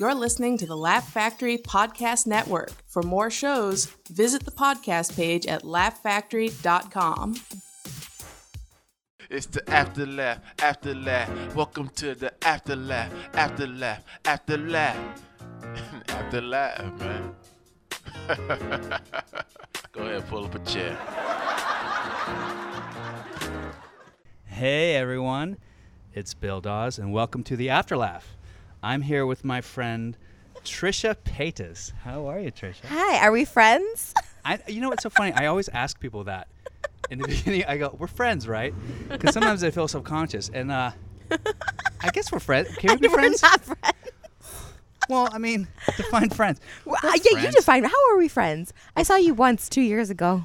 you're listening to the Laugh Factory Podcast Network. For more shows, visit the podcast page at laughfactory.com. It's the after laugh, after laugh. Welcome to the after laugh, after laugh, after laugh, after laugh, man. Go ahead, pull up a chair. Hey everyone, it's Bill Dawes, and welcome to the Afterlaugh. I'm here with my friend Trisha Paytas. How are you, Trisha? Hi, are we friends? I, you know what's so funny? I always ask people that. In the beginning, I go, "We're friends, right?" Because sometimes I feel self-conscious, and uh, I guess we're friends. Can we be We're friends? not friends. Well, I mean, define friends. Well, uh, yeah, you friends. define. How are we friends? I saw you once two years ago.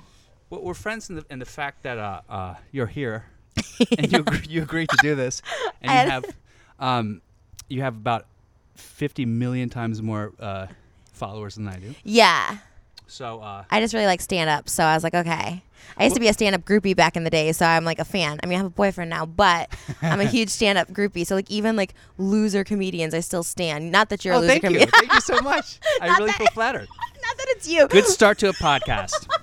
Well, we're friends in the in the fact that uh, uh, you're here, and you agree, you agreed to do this, and you And- have um, you have about fifty million times more uh, followers than I do. Yeah, So uh, I just really like stand up, so I was like, okay. I used to be a stand up groupie back in the day, so I'm like a fan. I mean, I have a boyfriend now, but I'm a huge stand up groupie. So like even like loser comedians, I still stand. Not that you're a oh, loser thank you, comedian. thank you so much. I Not really that- feel flattered. Not that it's you. Good start to a podcast.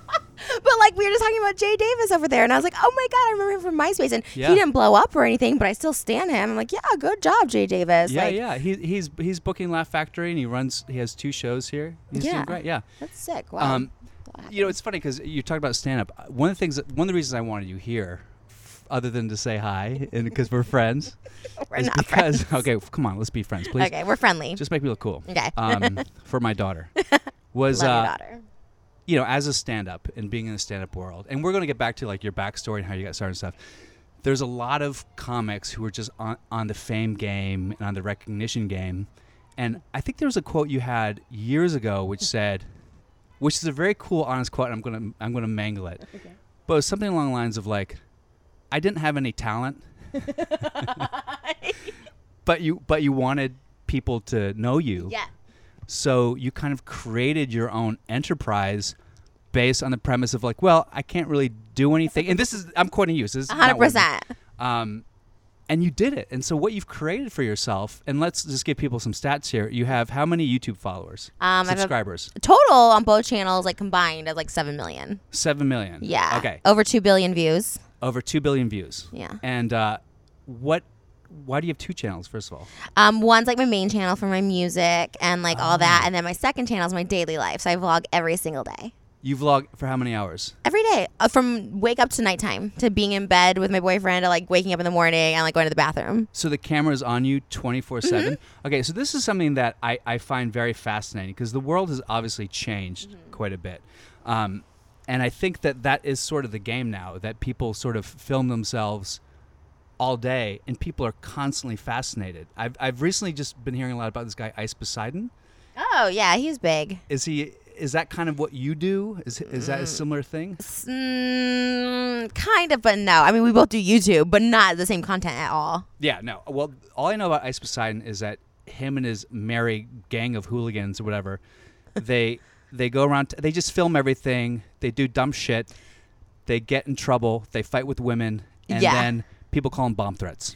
But like we were just talking about Jay Davis over there, and I was like, oh my god, I remember him from MySpace, and Yeah. he didn't blow up or anything, but I still stand him. I'm like, yeah, good job, Jay Davis. yeah, like, yeah. He, he's he's booking Laugh Factory, and he runs. He has two shows here. He's doing Yeah. great. Yeah. That's sick. Wow. Um, you know, it's funny because you talked about stand up. One of the things, that, one of the reasons I wanted you here, f- other than to say hi and because we're friends, We're is not because okay, f- come on, let's be friends, please. okay, we're friendly. Just make me look cool. Okay. Um, for my daughter, was Love your uh, daughter. you know, as a stand up and being in the stand up world, and we're going to get back to like your backstory and how you got started and stuff. There's a lot of comics who are just on, on the fame game and on the recognition game. And I think there was a quote you had years ago which said, which is a very cool, honest quote, and I'm going to I'm gonna mangle it. But it was something along the lines of like, I didn't have any talent. but you but you wanted people to know you. Yeah. So you kind of created your own enterprise based on the premise of like, well, I can't really do anything. And this is I'm quoting you. So this is not what- 100%. Um, and you did it. And so what you've created for yourself, and let's just give people some stats here. You have how many YouTube followers? Um, I have a- subscribers? Total on both channels, like combined, of like 7 million. Seven million. Yeah. Okay. Over 2 billion views. Over two billion views. Yeah. And uh, what? Why do you have two channels? First of all. Um, one's like my main channel for my music and like all that. Ah. And then my second channel is my daily life. So I vlog every single day. You vlog for how many hours? Every day, uh, from wake up to nighttime, to being in bed with my boyfriend, to like waking up in the morning and like going to the bathroom. So the camera's on you 24 7. Okay, so this is something that I, I find very fascinating because the world has obviously changed quite a bit. Um, and I think that that is sort of the game now that people sort of film themselves all day and people are constantly fascinated. I've, I've recently just been hearing a lot about this guy, Ice Poseidon. Oh, yeah, he's big. Is he. Is that kind of what you do? Is, is that a similar thing? Mm, kind of, but no. I mean, we both do YouTube, but not the same content at all. Yeah, no. Well, all I know about Ice Poseidon is that him and his merry gang of hooligans or whatever, they they go around. T- they just film everything. They do dumb shit. They get in trouble. They fight with women, and Yeah. then people call them bomb threats.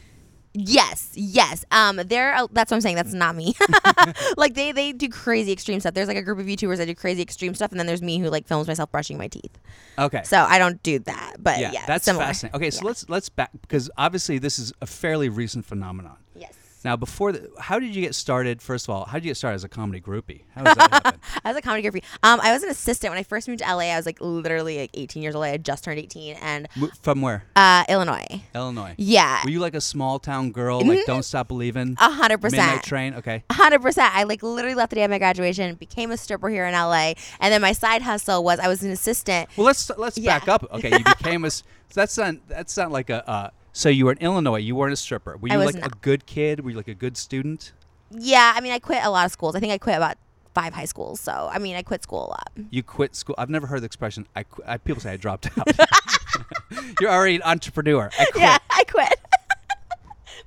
Yes, yes. Um, they're that's what I'm saying. That's not me. like they they do crazy extreme stuff. There's like a group of YouTubers that do crazy extreme stuff, and then there's me who like films myself brushing my teeth. Okay. So I don't do that. But yeah, that's similar. fascinating. Okay, so let's let's back because obviously this is a fairly recent phenomenon. Yes. Now, before the, how did you get started? First of all, how did you get started as a comedy groupie? How does that happen? I was a comedy groupie. Um, I was an assistant when I first moved to LA. I was like literally like 18 years old. I had just turned 18, and Mo- From where? uh, Illinois. Illinois. Yeah. Mm-hmm. Were you like a small town girl, like Don't Stop Believing? A hundred Midnight percent. Train. Okay. Hundred percent. I like literally left the day of my graduation, became a stripper here in LA, and then my side hustle was I was an assistant. Well, let's let's Yeah. back up. Okay, you became a. s- So that's not that's not like a. Uh, so you were in Illinois. You weren't a stripper. Were I you was like a not. good kid? Were you like a good student? Yeah, I mean, I quit a lot of schools. I think I quit about five high schools. So I mean, I quit school a lot. You quit school. I've never heard the expression. I, qu- I people say I dropped out. You're already an entrepreneur. I quit. Yeah, I quit.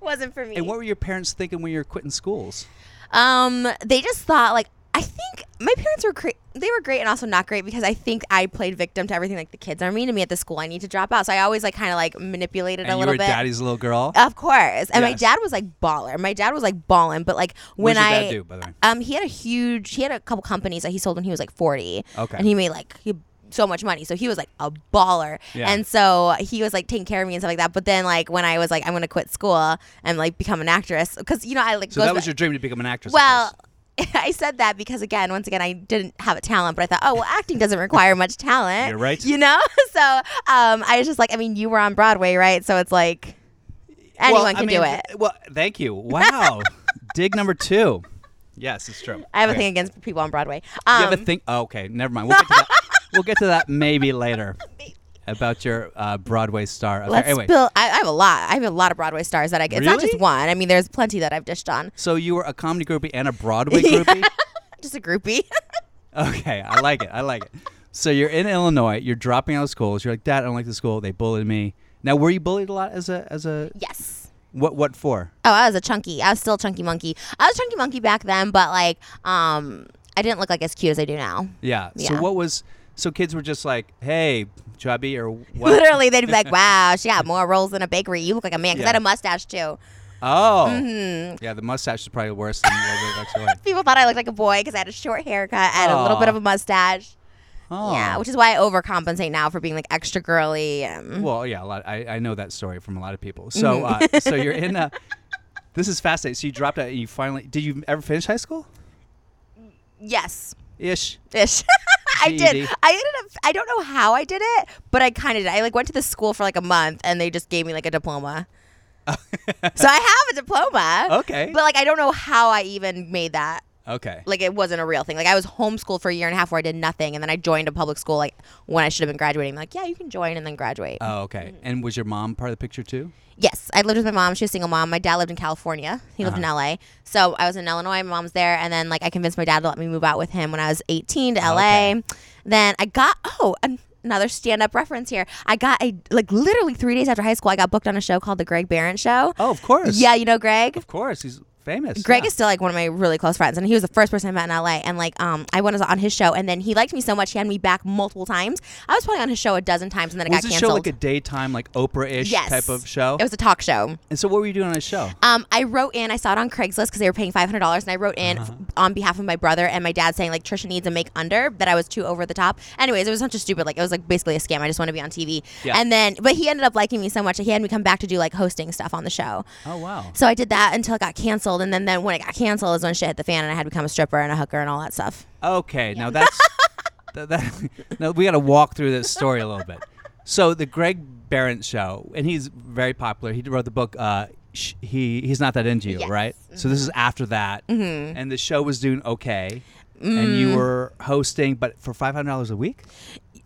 Wasn't for me. And what were your parents thinking when you were quitting schools? um, they just thought like I think my parents were great. They were great and also not great because I think I played victim to everything. Like the kids are mean to me at the school. I need to drop out. So I always like kind of like manipulated and a you little were bit. Uh, daddy's little girl. Of course. And my Yes. dad was like baller. My dad was like balling, but like when what does your I dad do, by the way? um he had a huge he had a couple companies that he sold when he was like 40. Okay. And he made like he, so much money. So he was like a baller. Yeah. And so he was like taking care of me and stuff like that. But then like when I was like I'm going to quit school and like become an actress cuz you know I like So goes that was back- your dream to become an actress. of well, course. I said that because again, once again, I didn't have a talent, but I thought, oh well, acting doesn't require much talent. You're right. You know, so um, I was just like, I mean, you were on Broadway, right? So it's like anyone Well, I can do mean, it. Well, thank you. Wow. Dig number two. Yes, it's true. I have a Okay. thing against people on Broadway. You Um, have a thing. Oh, okay, never mind. We'll get to that, we'll get to that maybe later about your uh, Broadway star. affair. Let's anyway, spill. I, I have a lot. I have a lot of Broadway stars that I. It's not just Really? one. I mean, there's plenty that I've dished on. so you were a comedy groupie and a Broadway groupie. Just a groupie. Okay, I like it. I like it. So you're in Illinois. You're dropping out of school. So you're like, Dad, I don't like the school. They bullied me. Now, were you bullied a lot as a as a yes. what what for? Oh, I was a chunky. I was still a chunky monkey. I was a chunky monkey back then, but like, um, I didn't look like as cute as I do now. Yeah. So Yeah. what was so kids were just like, hey, chubby or what? Literally, they'd be like, "Wow, she got more rolls than a bakery. You look like a man." Because Yeah. I had a mustache too. Oh, Mm-hmm. yeah. The mustache is probably worse than the other next one. People thought I looked like a boy because I had a short haircut, I had a little Aw. bit of a mustache. Oh, Yeah, which is why I overcompensate now for being like extra girly. Um, well, yeah. A lot. I, I know that story from a lot of people. So Mm-hmm. uh, so you're in a. This is fascinating. So you dropped out. and You finally did. You ever finish high school? yes, Ish. ish. I GED. did. I ended up. I don't know how I did it, but I kind of did. I like went to the school for like a month, and they just gave me like a diploma. so I have a diploma. Okay. But like, I don't know how I even made that. Okay. like it wasn't a real thing. Like I was homeschooled for a year and a half where I did nothing, and then I joined a public school like when I should have been graduating. Like, yeah, you can join and then graduate. Oh, okay. mm-hmm. And was your mom part of the picture too? yes, I lived with my mom. She was a single mom. My dad lived in California. He lived Uh-huh. in LA. So I was in Illinois. My mom's there, and then like I convinced my dad to let me move out with him when I was 18 to LA. Okay. Then I got oh. An- Another stand-up reference here. I got a like literally three days after high school, I got booked on a show called The Greg Barron Show. Oh, of course. Yeah, you know Greg. Of course, he's famous. Greg yeah. is still like one of my really close friends, and he was the first person I met in LA. And like, um, I went on his show, and then he liked me so much he had me back multiple times. I was probably on his show a dozen times, and then it was got this canceled. show like a daytime, like Oprah-ish yes, type of show? It was a talk show. and so, what were you doing on his show? Um, I wrote in. I saw it on Craigslist because they were paying five hundred dollars, and I wrote in Uh-huh. f- on behalf of my brother and my dad, saying like Trisha needs a make under that I was too over the top. Anyways, it was such a stupid like it was like basically a scam. I just want to be on TV. Yeah. And then, but he ended up liking me so much that he had me come back to do like hosting stuff on the show. Oh wow! So I did that until it got canceled, and then, then when it got canceled is when shit hit the fan, and I had to become a stripper and a hooker and all that stuff. Okay, now that's that, that, now we got to walk through this story a little bit. So the Greg Barron show, and he's very popular. He wrote the book. Uh, sh- he he's not that into you, Yes. Mm-hmm. right? So this is after that, and the show was doing okay, and Mm. you were hosting, but for five hundred dollars a week.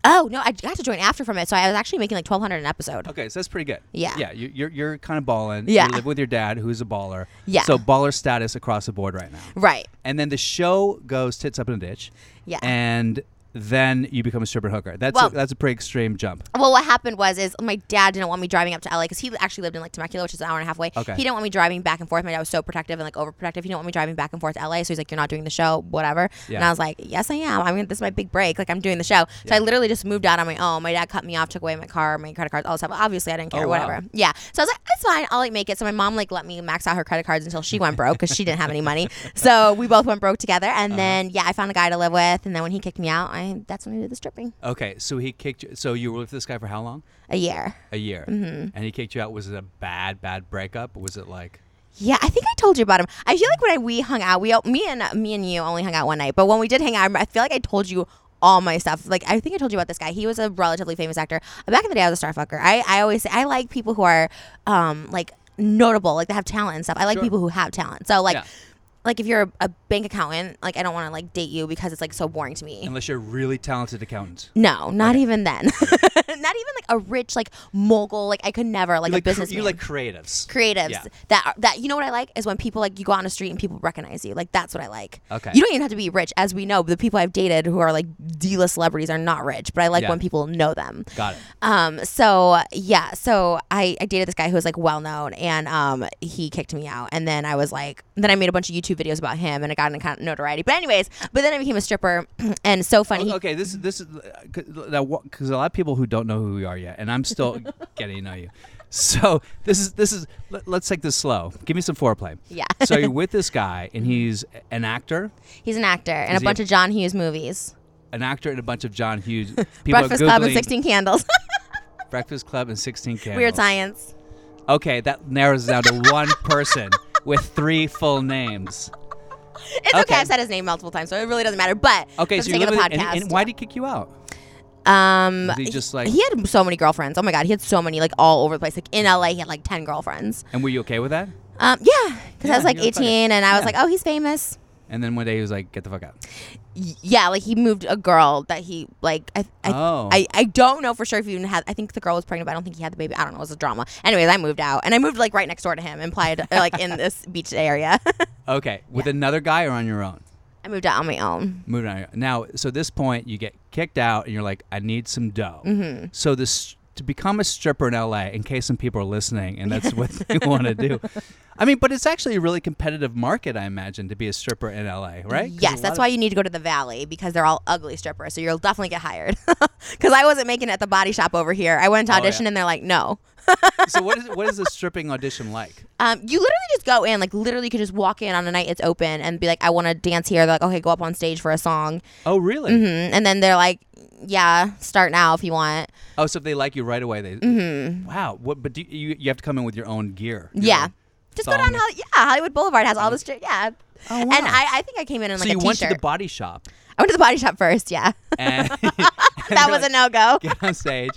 Oh no, I got to join after from it, so I was actually making like twelve hundred an episode. Okay, so that's pretty good. Yeah. yeah. You, you're you're kind of balling. Yeah. you live with your dad, who's a baller. Yeah. So baller status across the board right now. Right. And then the show goes tits up in a ditch. Yeah. And then you become a stripper hooker. That's a, Well- that's a pretty extreme jump. Well, what happened was is my dad didn't want me driving up to LA because he actually lived in like Temecula, which is an hour and a half away. Okay. He didn't want me driving back and forth. My dad was so protective and like overprotective. He didn't want me driving back and forth to LA, so he's like, "You're not doing the show, whatever." And Yeah. I was like, "Yes, I am. I mean, this is my big break. Like, I'm doing the show." So I literally just moved out on my own. My dad cut me off, took away my car, my credit cards, all this stuff. Obviously, I didn't care, Oh, wow. whatever. Yeah. So I was like, "It's fine. I'll like make it." So my mom like let me max out her credit cards until she went broke because she didn't have any money. So we both went broke together, and Uh-huh. then yeah, I found a guy to live with, and then when he kicked me out, I that's when I did the stripping. Okay, so he kicked you. So you were with this guy for how long? A year. A year. Mm-hmm. And he kicked you out. Was it a bad, bad breakup? Or was it like, Yeah, I think I told you about him. I feel like when I, we hung out, we o- me and me and you only hung out one night. But when we did hang out, I remember- I feel like I told you all my stuff. Like I think I told you about this guy. He was a relatively famous actor. Back in the day, I was a star fucker. I, I always say I like people who are um like notable, like they have talent and stuff. I like people who have talent. So like. Yeah. Like if you're a, a bank accountant, like I don't want to like date you because it's like so boring to me. unless you're a really talented accountant? No, not even then. not even like a rich like mogul. Like I could never like, You like, a cre- business. you like creatives. creatives Yeah. that are, that you know what I like is when people like you go on the street and people recognize you. Like that's what I like. Okay. You don't even have to be rich, as we know. The people I've dated who are like D-list celebrities are not rich, but I like Yeah. when people know them. Got it. Um. So yeah. So I I dated this guy who was like well known, and um he kicked me out, and then I was like, then I made a bunch of YouTube YouTube videos about him, and it got in kind of notoriety. But anyways, but then I became a stripper, and so funny. he- Okay, this is this is uh, because a lot of people who don't know who we are yet, and I'm still getting to know you. So this is this is let, let's take this slow. Give me some foreplay. Yeah. so you're with this guy, and he's an actor, He's an actor in a he bunch a- of John Hughes movies. an actor in a bunch of John Hughes. People are Breakfast Club and Googling Sixteen Candles. Breakfast Club and 16 Candles. Weird Science. Okay, that narrows it down to one person with three full names. It's okay. Okay. I've said his name multiple times, so it really doesn't matter. But Okay, for so you the sake live of the with podcast, and, and why did he kick you out? um, Was he just like- he had so many girlfriends. Oh my god, he had so many like all over the place. Like in LA, he had like ten girlfriends. And were you okay with that? Um, yeah, because Yeah, I was like you're a fucker. eighteen, and I was Yeah. like, oh, he's famous. And then one day he was like, "Get the fuck out." Y- Yeah, like he moved a girl that he like. I I, Oh. I I don't know for sure if he even had. I think the girl was pregnant, but I don't think he had the baby. I don't know. It was a drama. Anyways, I moved out, and I moved like right next door to him, implied like in this beach area. Okay, with another guy or on your own? I moved out on my own. Moving on. Now, so at this point, you get kicked out, and you're like, "I need some dough." Mm-hmm. So this to become a stripper in LA. In case some people are listening, and that's what they want to do. I mean, but it's actually a really competitive market, I imagine, to be a stripper in LA, right? 'Cause Yes, a that's lot why you need to go to the Valley because they're all ugly strippers. So you'll definitely get hired. Because I wasn't making it at the body shop over here. I went to Oh, yeah. audition and they're like, no. of- so what is what is a stripping audition like? Um, you literally just go in, like literally, you could just walk in on a night it's open and be like, I want to dance here. They're like, okay, go up on stage for a song, Oh, really? Mm, and then they're like, yeah, start now if you want. Oh, so if they like you right away, they. Wow. What? But do you, you you have to come in with your own gear. your Mm-hmm. yeah, own just go thong. down. Hol- yeah, Hollywood Boulevard has all the strip. Yeah. Oh, And wow. I, I think I came in in So like you a went to t-shirt. the body shop, I went to the body shop first. Yeah, and that was a no go. get on stage,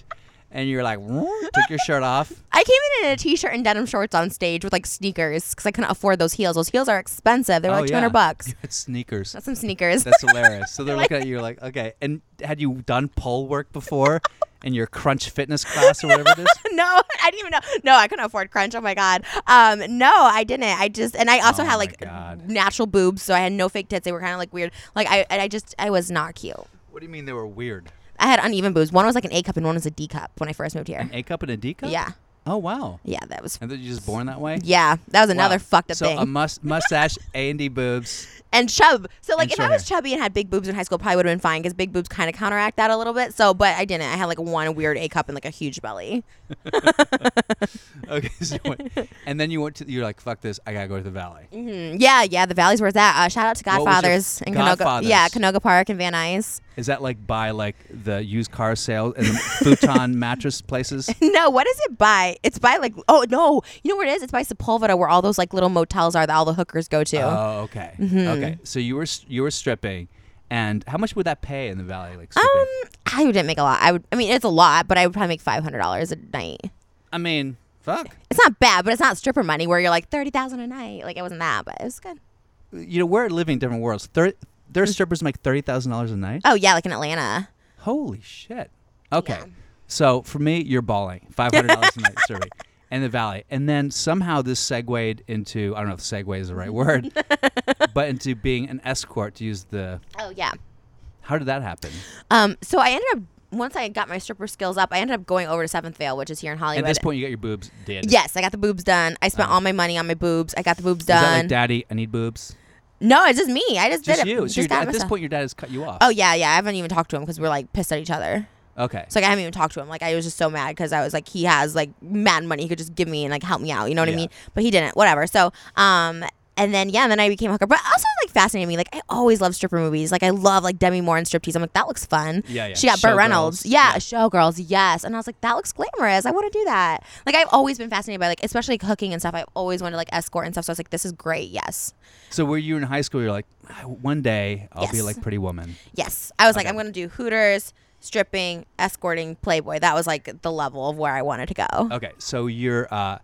and you're like, took your shirt off. I came in in a t-shirt and denim shorts on stage with like sneakers because I couldn't afford those heels. Those heels are expensive. They were Oh, like two hundred yeah. bucks. You had sneakers. That's some sneakers. That's hilarious. So they're looking at you like, okay. And had you done pole work before in your crunch fitness class or whatever it is? no, I didn't even know. No, I couldn't afford Crunch. Oh my god. Um, no, I didn't. I just and I also Oh, had my like God. natural boobs, so I had no fake tits. They were kind of like weird. Like I, and I just I was not cute. What do you mean they were weird? I had uneven boobs. One was like an A cup and one was a D cup when I first moved here. An A cup and a D cup? Yeah, Oh wow. yeah, that was. And then you just born that way? Yeah, that was Wow. another fucked up so thing. a mus- mustache, A and D boobs. and chub. So like, And if short I was hair. chubby and had big boobs in high school, it probably would have been fine because big boobs kind of counteract that a little bit. So, but I didn't. I had like one weird A cup and like a huge belly. Okay. So you went- and then you went to you're like, fuck this. I gotta go to the valley. Mm, yeah, yeah. The valley's where it's at. Uh, shout out to What was your Godfathers f- in Canoga. Godfathers? Yeah, Canoga Park and Van Nuys. Is that like by like the used car sale and the futon mattress places? No, what is it by? It's by like oh no, you know where it is? It's by Sepulveda, where all those like little motels are that all the hookers go to. Oh, okay. Mm-hmm. Okay. So you were s- you were stripping, and how much would that pay in the valley? Like, stripping? um, I didn't make a lot. I would. I mean, it's a lot, but I would probably make five hundred dollars a night. I mean, fuck. It's not bad, but it's not stripper money where you're like thirty thousand a night. Like it wasn't that, but it was good. You know, we're living in different worlds. Thir- their Mm-hmm. strippers make thirty thousand dollars a night. Oh yeah, like in Atlanta. Holy shit. Okay. So for me, you're balling five hundred dollars a night serving in the valley, and then somehow this segued into I don't know if segue is the right word, but into being an escort to use the. Oh yeah. How did that happen? Um, so I ended up once I got my stripper skills up, I ended up going over to Seventh Veil, which is here in Hollywood. At this point, you got your boobs did. yes, I got the boobs done. I spent all my money on my boobs. I got the boobs Is done. that like, Daddy, I need boobs? no, it's just me. I just, Just did it. you. So your Just da- got at this myself. point, your dad has cut you off. Oh yeah, yeah. I haven't even talked to him because we're like pissed at each other. Okay. So like I haven't even talked to him. Like I was just so mad because I was like he has like mad money he could just give me and like help me out. You know what Yeah. I mean? But he didn't. Whatever. So um. And then yeah, and then I became a hooker. But also like fascinating me. Like I always love stripper movies. Like I love like Demi Moore and striptease. I'm like that looks fun. Yeah, yeah. She got Burt Showgirls. Reynolds. Yeah, Yeah. Showgirls. Yes. And I was like that looks glamorous. I want to do that. Like I've always been fascinated by like especially like, hooking and stuff. I've always wanted to like escort and stuff. So I was like this is great. Yes. So were you in high school? You're like, "Ah, one day I'll be Yes. like Pretty Woman. Yes. I was like Okay. I'm gonna do Hooters, stripping, escorting, Playboy. That was like the level of where I wanted to go. Okay, so you're, uh,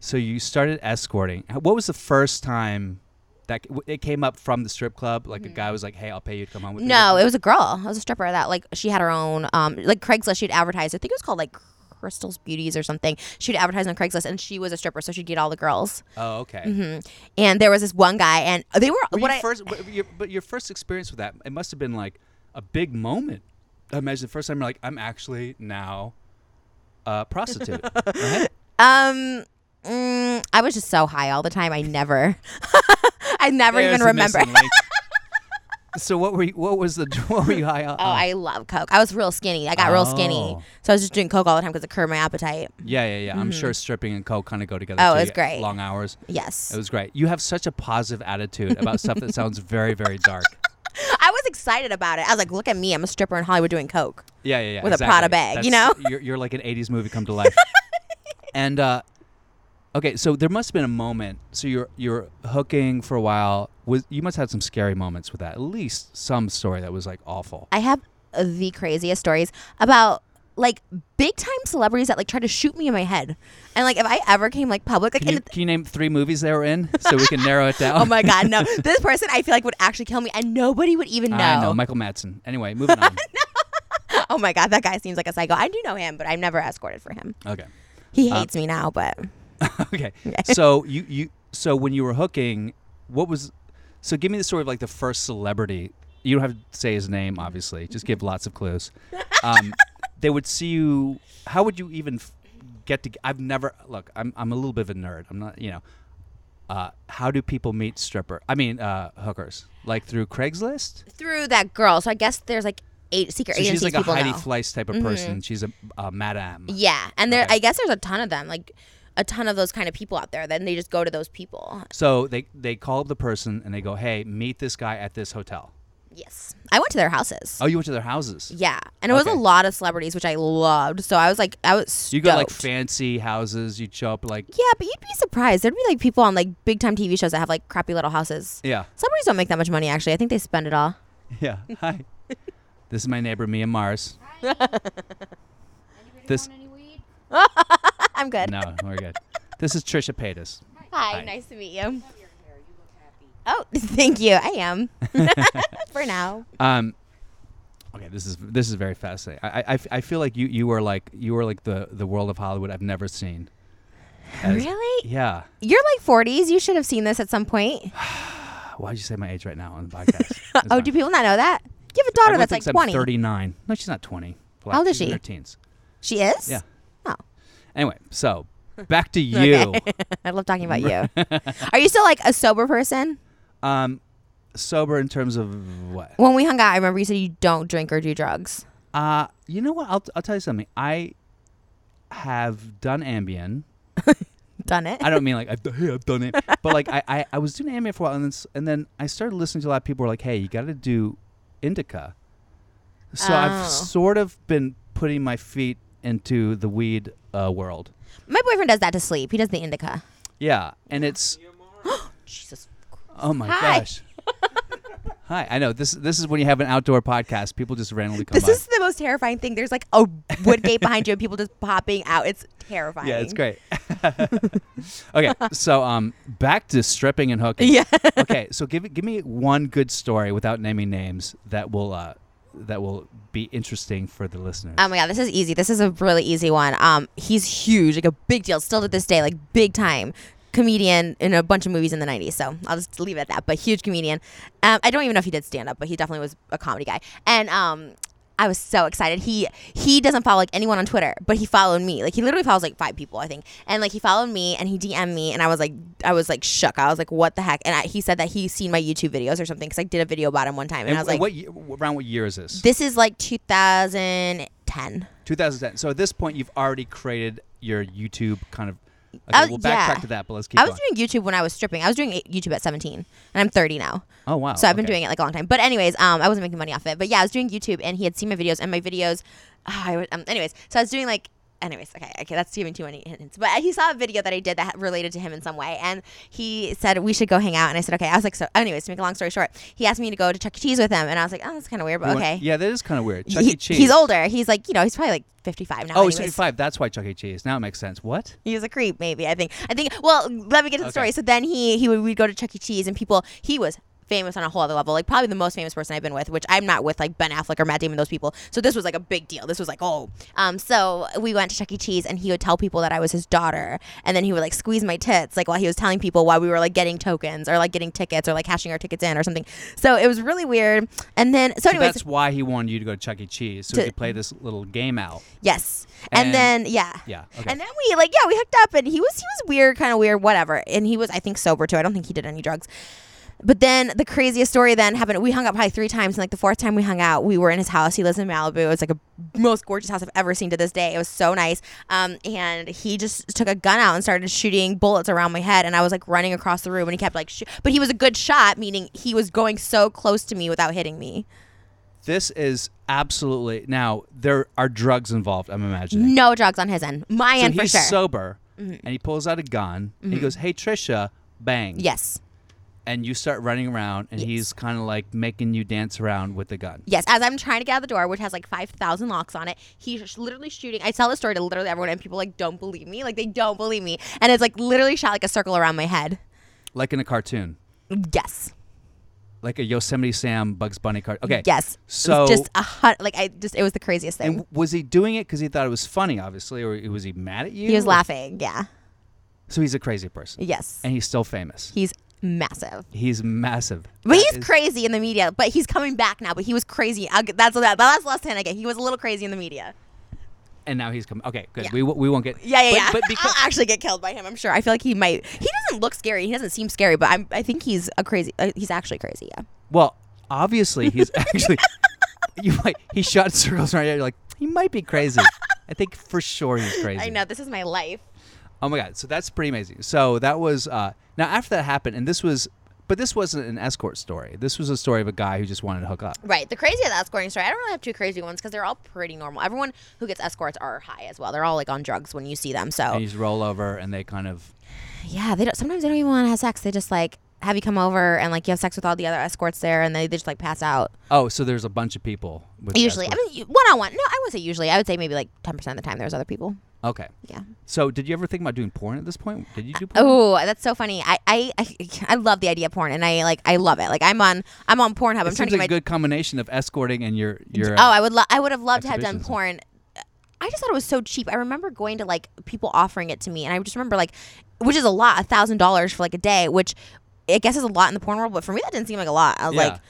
so you started escorting. H- What was the first time that c- w- it came up from the strip club? Like a guy was like, "Hey, I'll pay you to come on with me." Mm. No, it was a girl. It was a stripper that like she had her own um like Craigslist. She'd advertise. I think it was called like Crystal's Beauties or something. She'd advertise on Craigslist, and she was a stripper, so she'd get all the girls. Oh, okay. And there was this one guy, and they were, Were Mm-hmm. what you I first, but your, but your first experience with that, it must have been like a big moment. I imagine the first time you're like, "I'm actually now a prostitute." right? um. mm, I was just so high all the time. I never, I never There's even a remember. missing link. so what were you, what was the what were you high on? Oh, I love Coke. I was real skinny. I got real skinny, Oh. so I was just drinking Coke all the time because it curbed my appetite. yeah, yeah, yeah. I'm sure stripping and coke kind of go together. Mm-hmm. Oh, it too. was Yeah, great. Long hours. Yes, It was great. You have such a positive attitude about stuff that sounds very, very dark. I was excited about it. I was like, "Look at me! I'm a stripper in Hollywood doing Coke." Yeah, yeah, yeah. With a exactly. Prada bag, you That's- know? You're, you're like an 80s movie come to life. and uh, okay, so there must have been a moment. So you're you're hooking for a while. Was you must have had some scary moments with that? At least some story that was like awful. I have uh, the craziest stories about like big time celebrities that like try to shoot me in my head, and like if I ever came like public, like Can you, and can you name three movies they were in so we can narrow it down? oh my god, no, this person I feel like would actually kill me, and nobody would even know. I know Michael Madsen. Anyway, moving on. oh my god, that guy seems like a psycho. I do know him, but I've never escorted for him. Okay, Uh, He hates me now, but okay. so you you so when you were hooking, what was? So give me the story of like the first celebrity. You don't have to say his name, obviously. Just give lots of clues. Um, they would see you. How would you even f- get to? I've never look. I'm I'm a little bit of a nerd. I'm not. You know. Uh, how do people meet stripper? I mean, uh, hookers like through Craigslist. through that girl. So I guess there's like eight secret So agencies she's like a people Heidi know. Fleiss type of person. She's a, a madame. yeah, and there Okay. I guess there's a ton of them, like a ton of those kind of people out there. Then they just go to those people. So they they call up the person and they go, "Hey, meet this guy at this hotel." Yes, I went to their houses. Oh, you went to their houses. Yeah, and it was Okay. a lot of celebrities, which I loved. So I was like, I was stoked. You go like fancy houses. You'd show up like yeah, but you'd be surprised. There'd be like people on like big time TV shows that have like crappy little houses. yeah, Celebrities don't make that much money, actually. I think they spend it all. yeah. Hi, this is my neighbor Mia Mars. this I'm good. no, we're good. This is Trisha Paytas. Hi, Hi. nice to meet you. Oh, thank you. I am for now. Um, okay, this is this is very fascinating. I, I, I feel like you you were like you were like the the world of Hollywood I've never seen. As- Really? Yeah. You're like 40s. You should have seen this at some point. Uh, Why'd you say my age right now on the podcast? It's oh, fine. do people not know that? You have a daughter Everyone that's like thinks I'm 20. 39. No, she's not 20. Black. How old is she's in she? her teens. She is. Yeah. Oh, Anyway, so back to you. I love talking about you. Are you still like a sober person? um, sober in terms of what? When we hung out, I remember you said you don't drink or do drugs. Uh, you know what? I'll, I'll tell you something. I have done Ambien. Done it. I don't mean like I've, done- hey, I've done it, but like I, I, I was doing Ambien for a while, and then, s- and then I started listening to a lot of people were like, "Hey, you got to do indica." So Oh. I've sort of been putting my feet into the weed uh, world. My boyfriend does that to sleep. He does the indica. Yeah, and it's Jesus. oh my Hi. gosh. Hi, I know this. This is when you have an outdoor podcast. People just randomly come This by. is the most terrifying thing. There's like a wood gate behind you and people just popping out. It's terrifying. Yeah, it's great. okay, so um, back to stripping and hooking. Yeah. okay, so give give me one good story without naming names that will uh that will be interesting for the listeners. Oh my god, this is easy. This is a really easy one. Um, he's huge, like a big deal, still to this day, like big time comedian in a bunch of movies in the '90s. So I'll just leave it at that. But huge comedian. Um, I don't even know if he did stand up, but he definitely was a comedy guy. And um, I was so excited. He he doesn't follow like anyone on Twitter, but he followed me. Like he literally follows like five people, I think. And like he followed me and he DM'd me, and I was like, I was like shook. I was like, what the heck? And I, he said that he's seen my YouTube videos or something because I did a video about him one time, and, and I was like, what year, around what year is this? this is like 2010. 2010. So at this point, you've already created your YouTube kind of. Okay, I was- we'll backtrack Oh, yeah. to that, but let's keep I was going. doing YouTube when I was stripping. I was doing YouTube at 17, and I'm 30 now. oh wow! So I've been okay. doing it like a long time. But anyways, um, I wasn't making money off it. But yeah, I was doing YouTube, and he had seen my videos, and my videos. ah, I would, um, anyways, so I was doing like. Anyways, okay, okay, that's giving too many hints. But he saw a video that I did that related to him in some way, and he said we should go hang out. And I said okay. I was like, so. Anyways, to make a long story short, he asked me to go to Chuck E. Cheese with him, and I was like, oh, that's kind of weird, You but want- okay. Yeah, that is kind of weird. Chuck He- E. Cheese. He's older. He's like, you know, he's probably like 55 now. Oh, he's anyways. 75. That's why Chuck E. Cheese. Now it makes sense. What? He was a creep, maybe. I think. I think. Well, let me get to the Okay. story. So then he he would we'd go to Chuck E. Cheese and people. He was famous on a whole other level, like probably the most famous person I've been with, which I'm not with like Ben Affleck or Matt Damon, those people. So this was like a big deal. This was like oh, um. So we went to Chuck E. Cheese and he would tell people that I was his daughter, and then he would like squeeze my tits like while he was telling people why we were like getting tokens or like getting tickets or like cashing our tickets in or something. So it was really weird. And then so So anyways, that's why he wanted you to go to Chuck E. Cheese so To- he could play this little game out. Yes. And, And- then yeah. Yeah, okay. And then we like yeah, we hooked up and he was he was weird, kind of weird, whatever. And he was I think sober too. I don't think he did any drugs. But then the craziest story then happened. We hung out probably three times, and like the fourth time we hung out, we were in his house. He lives in Malibu. It's like a most gorgeous house I've ever seen to this day. It was so nice. Um, and he just took a gun out and started shooting bullets around my head, and I was like running across the room, and he kept like, sh- but he was a good shot, meaning he was going so close to me without hitting me. This is absolutely now. There are drugs involved. I'm imagining. No drugs on his end, my so end Mm-hmm. for he's sure. Mm-hmm. sober, and he pulls out a gun. And he goes, "Hey, Trisha!" Bang. yes. And you start running around, and he's kind of like making you dance around with the gun. Yes, as I'm trying to get out the door, which has like 5,000 locks on it, he's sh- literally shooting. I tell the story to literally everyone, and people like don't believe me. Like they don't believe me. And it's like literally shot like a circle around my head. like in a cartoon, Yes. like a Yosemite Sam Bugs Bunny card. Okay. Yes. It was So just a hun- like I just it was the craziest thing. and was he doing it because he thought it was funny, obviously, or was he mad at you? he was Or- laughing. Yeah. So he's a crazy person, Yes. and he's still famous. he's massive. He's massive. That But he's is- crazy in the media. But he's coming back now. But he was crazy. I'll get, that's that. That's the last hint I get. He was a little crazy in the media. and now he's coming. Okay, good. Yeah. We, w- we won't get. Yeah, yeah, but, yeah. But because I'll actually get killed by him. I'm sure. I feel like he might. He doesn't look scary. He doesn't seem scary. But I'm, I think he's a crazy. Uh, he's actually crazy. Yeah. well, obviously he's actually. you might. He shot circles right. You're like he might be crazy. I think for sure he's crazy. I know this is my life. Oh my god! So that's pretty amazing. So that was uh, now after that happened, and this was, but this wasn't an escort story. This was a story of a guy who just wanted to hook up. Right. The crazy of the escorting story. I don't really have two crazy ones because they're all pretty normal. Everyone who gets escorts are high as well. They're all like on drugs when you see them. And So you just roll over, and they kind of yeah, they don't. Sometimes they don't even want to have sex. They just like have you come over and like you have sex with all the other escorts there, and they, they just like pass out. oh, so there's a bunch of people. With Usually, I escorts. mean, one on one. No, I wouldn't say usually. I would say maybe like ten percent of the time there's other people. okay. Yeah. So did you ever think about doing porn at this point? Did you do porn? Oh, that's so funny. I, I I I love the idea of porn, and I like I love it. Like I'm on I'm on Pornhub. I'm it trying seems to like get my. a good combination of escorting and your your. oh, I would love I would have loved to have done exhibitions. porn. I just thought it was so cheap. I remember going to like people offering it to me, and I just remember like, which is a lot, a thousand dollars for like a day, which I guess is a lot in the porn world, but for me that didn't seem like a lot. I was yeah. like,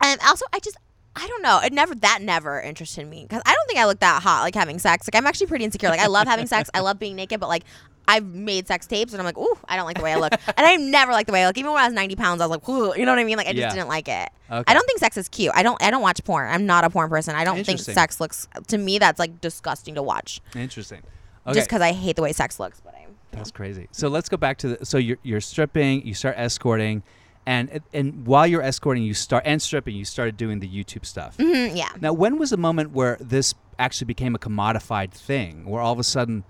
and also I just. I don't know. It never that never interested me because I don't think I look that hot like having sex. Like I'm actually pretty insecure. Like I love having sex. I love being naked, but like I've made sex tapes and I'm like, ooh, I don't like the way I look. and I never like the way I look. Even when I was 90 pounds, I was like, ooh, you know what I mean? Like I just Yeah. didn't like it. Okay. I don't think sex is cute. I don't. I don't watch porn. I'm not a porn person. I don't think Interesting. sex looks to me that's like disgusting to watch. interesting. Just 'cause Okay. Just because I hate the way sex looks, but I. That's crazy. So let's go back to the. So you're you're stripping. You start escorting, and and while you're escorting, you start and stripping. You started doing the YouTube stuff. Mm, yeah. Now, when was the moment where this actually became a commodified thing, where all of a sudden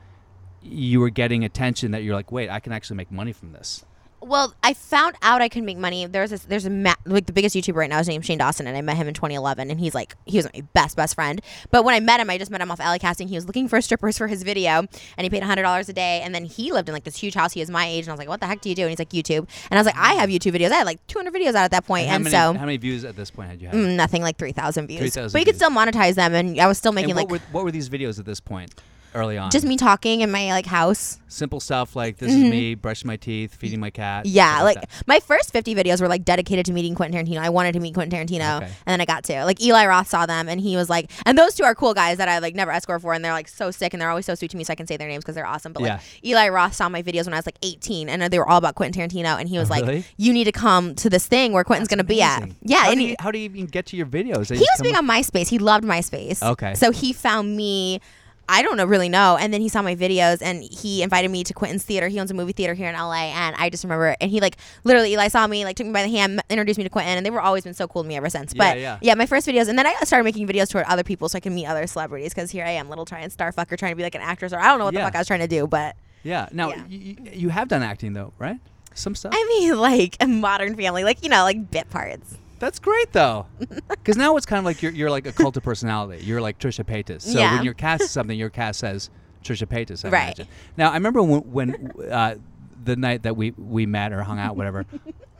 you were getting attention that you're like, wait, I can actually make money from this? Well, I found out I could make money. There's this, there's a ma- like the biggest YouTuber right now is named Shane Dawson, and I met him in 2011, and he's like he was my best best friend. But when I met him, I just met him off Alley Casting. He was looking for strippers for his video, and he paid 100 dollars a day. And then he lived in like this huge house. He was my age, and I was like, what the heck do you do? And he's like YouTube, and I was like, I have YouTube videos. I had like 200 videos out at that point, how and, many, so. how many views at this point had you had? mm, Nothing like three thousand views, 3,000 but you could views. still monetize them, and I was still and making what, like were, what were these videos at this point, early on? just me talking in my like house. Simple stuff like this is me brushing my teeth, feeding my cat. Yeah, stuff like that. my first 50 videos were like dedicated to meeting Quentin Tarantino. I wanted to meet Quentin Tarantino, Okay. and then I got to. Like Eli Roth saw them, and he was like, and those two are cool guys that I like never escort for, and they're like so sick, and they're always so sweet to me, so I can say their names because they're awesome. But like Eli Roth saw my videos when I was like 18, and they were all about Quentin Tarantino, and he was Oh, like, really? you need to come to this thing where Quentin's gonna be at. Amazing. Yeah, How, and do he, you, how do you even get to your videos? he was big on MySpace. He loved MySpace. Okay. So he found me. I don't know, really know. And then he saw my videos and he invited me to Quentin's theater. He owns a movie theater here in LA. And I just remember, and he like literally, Eli saw me, like took me by the hand, introduced me to Quentin. And they were always been so cool to me ever since. Yeah, But yeah. yeah, my first videos. And then I uh, started making videos toward other people so I can meet other celebrities because here I am, little trying starfucker, trying to be like an actress or I don't know what Yeah. the fuck I was trying to do. But yeah. Now Yeah. You, you have done acting though, right? Some stuff. I mean, like a modern family, like, you know, like bit parts. That's great though, because now it's kind of like you're, you're like a cult of personality. You're like Trisha Paytas. So Yeah. when you're cast something, your cast says Trisha Paytas. I Right. imagine. Now I remember when, when uh, the night that we we met or hung out, whatever.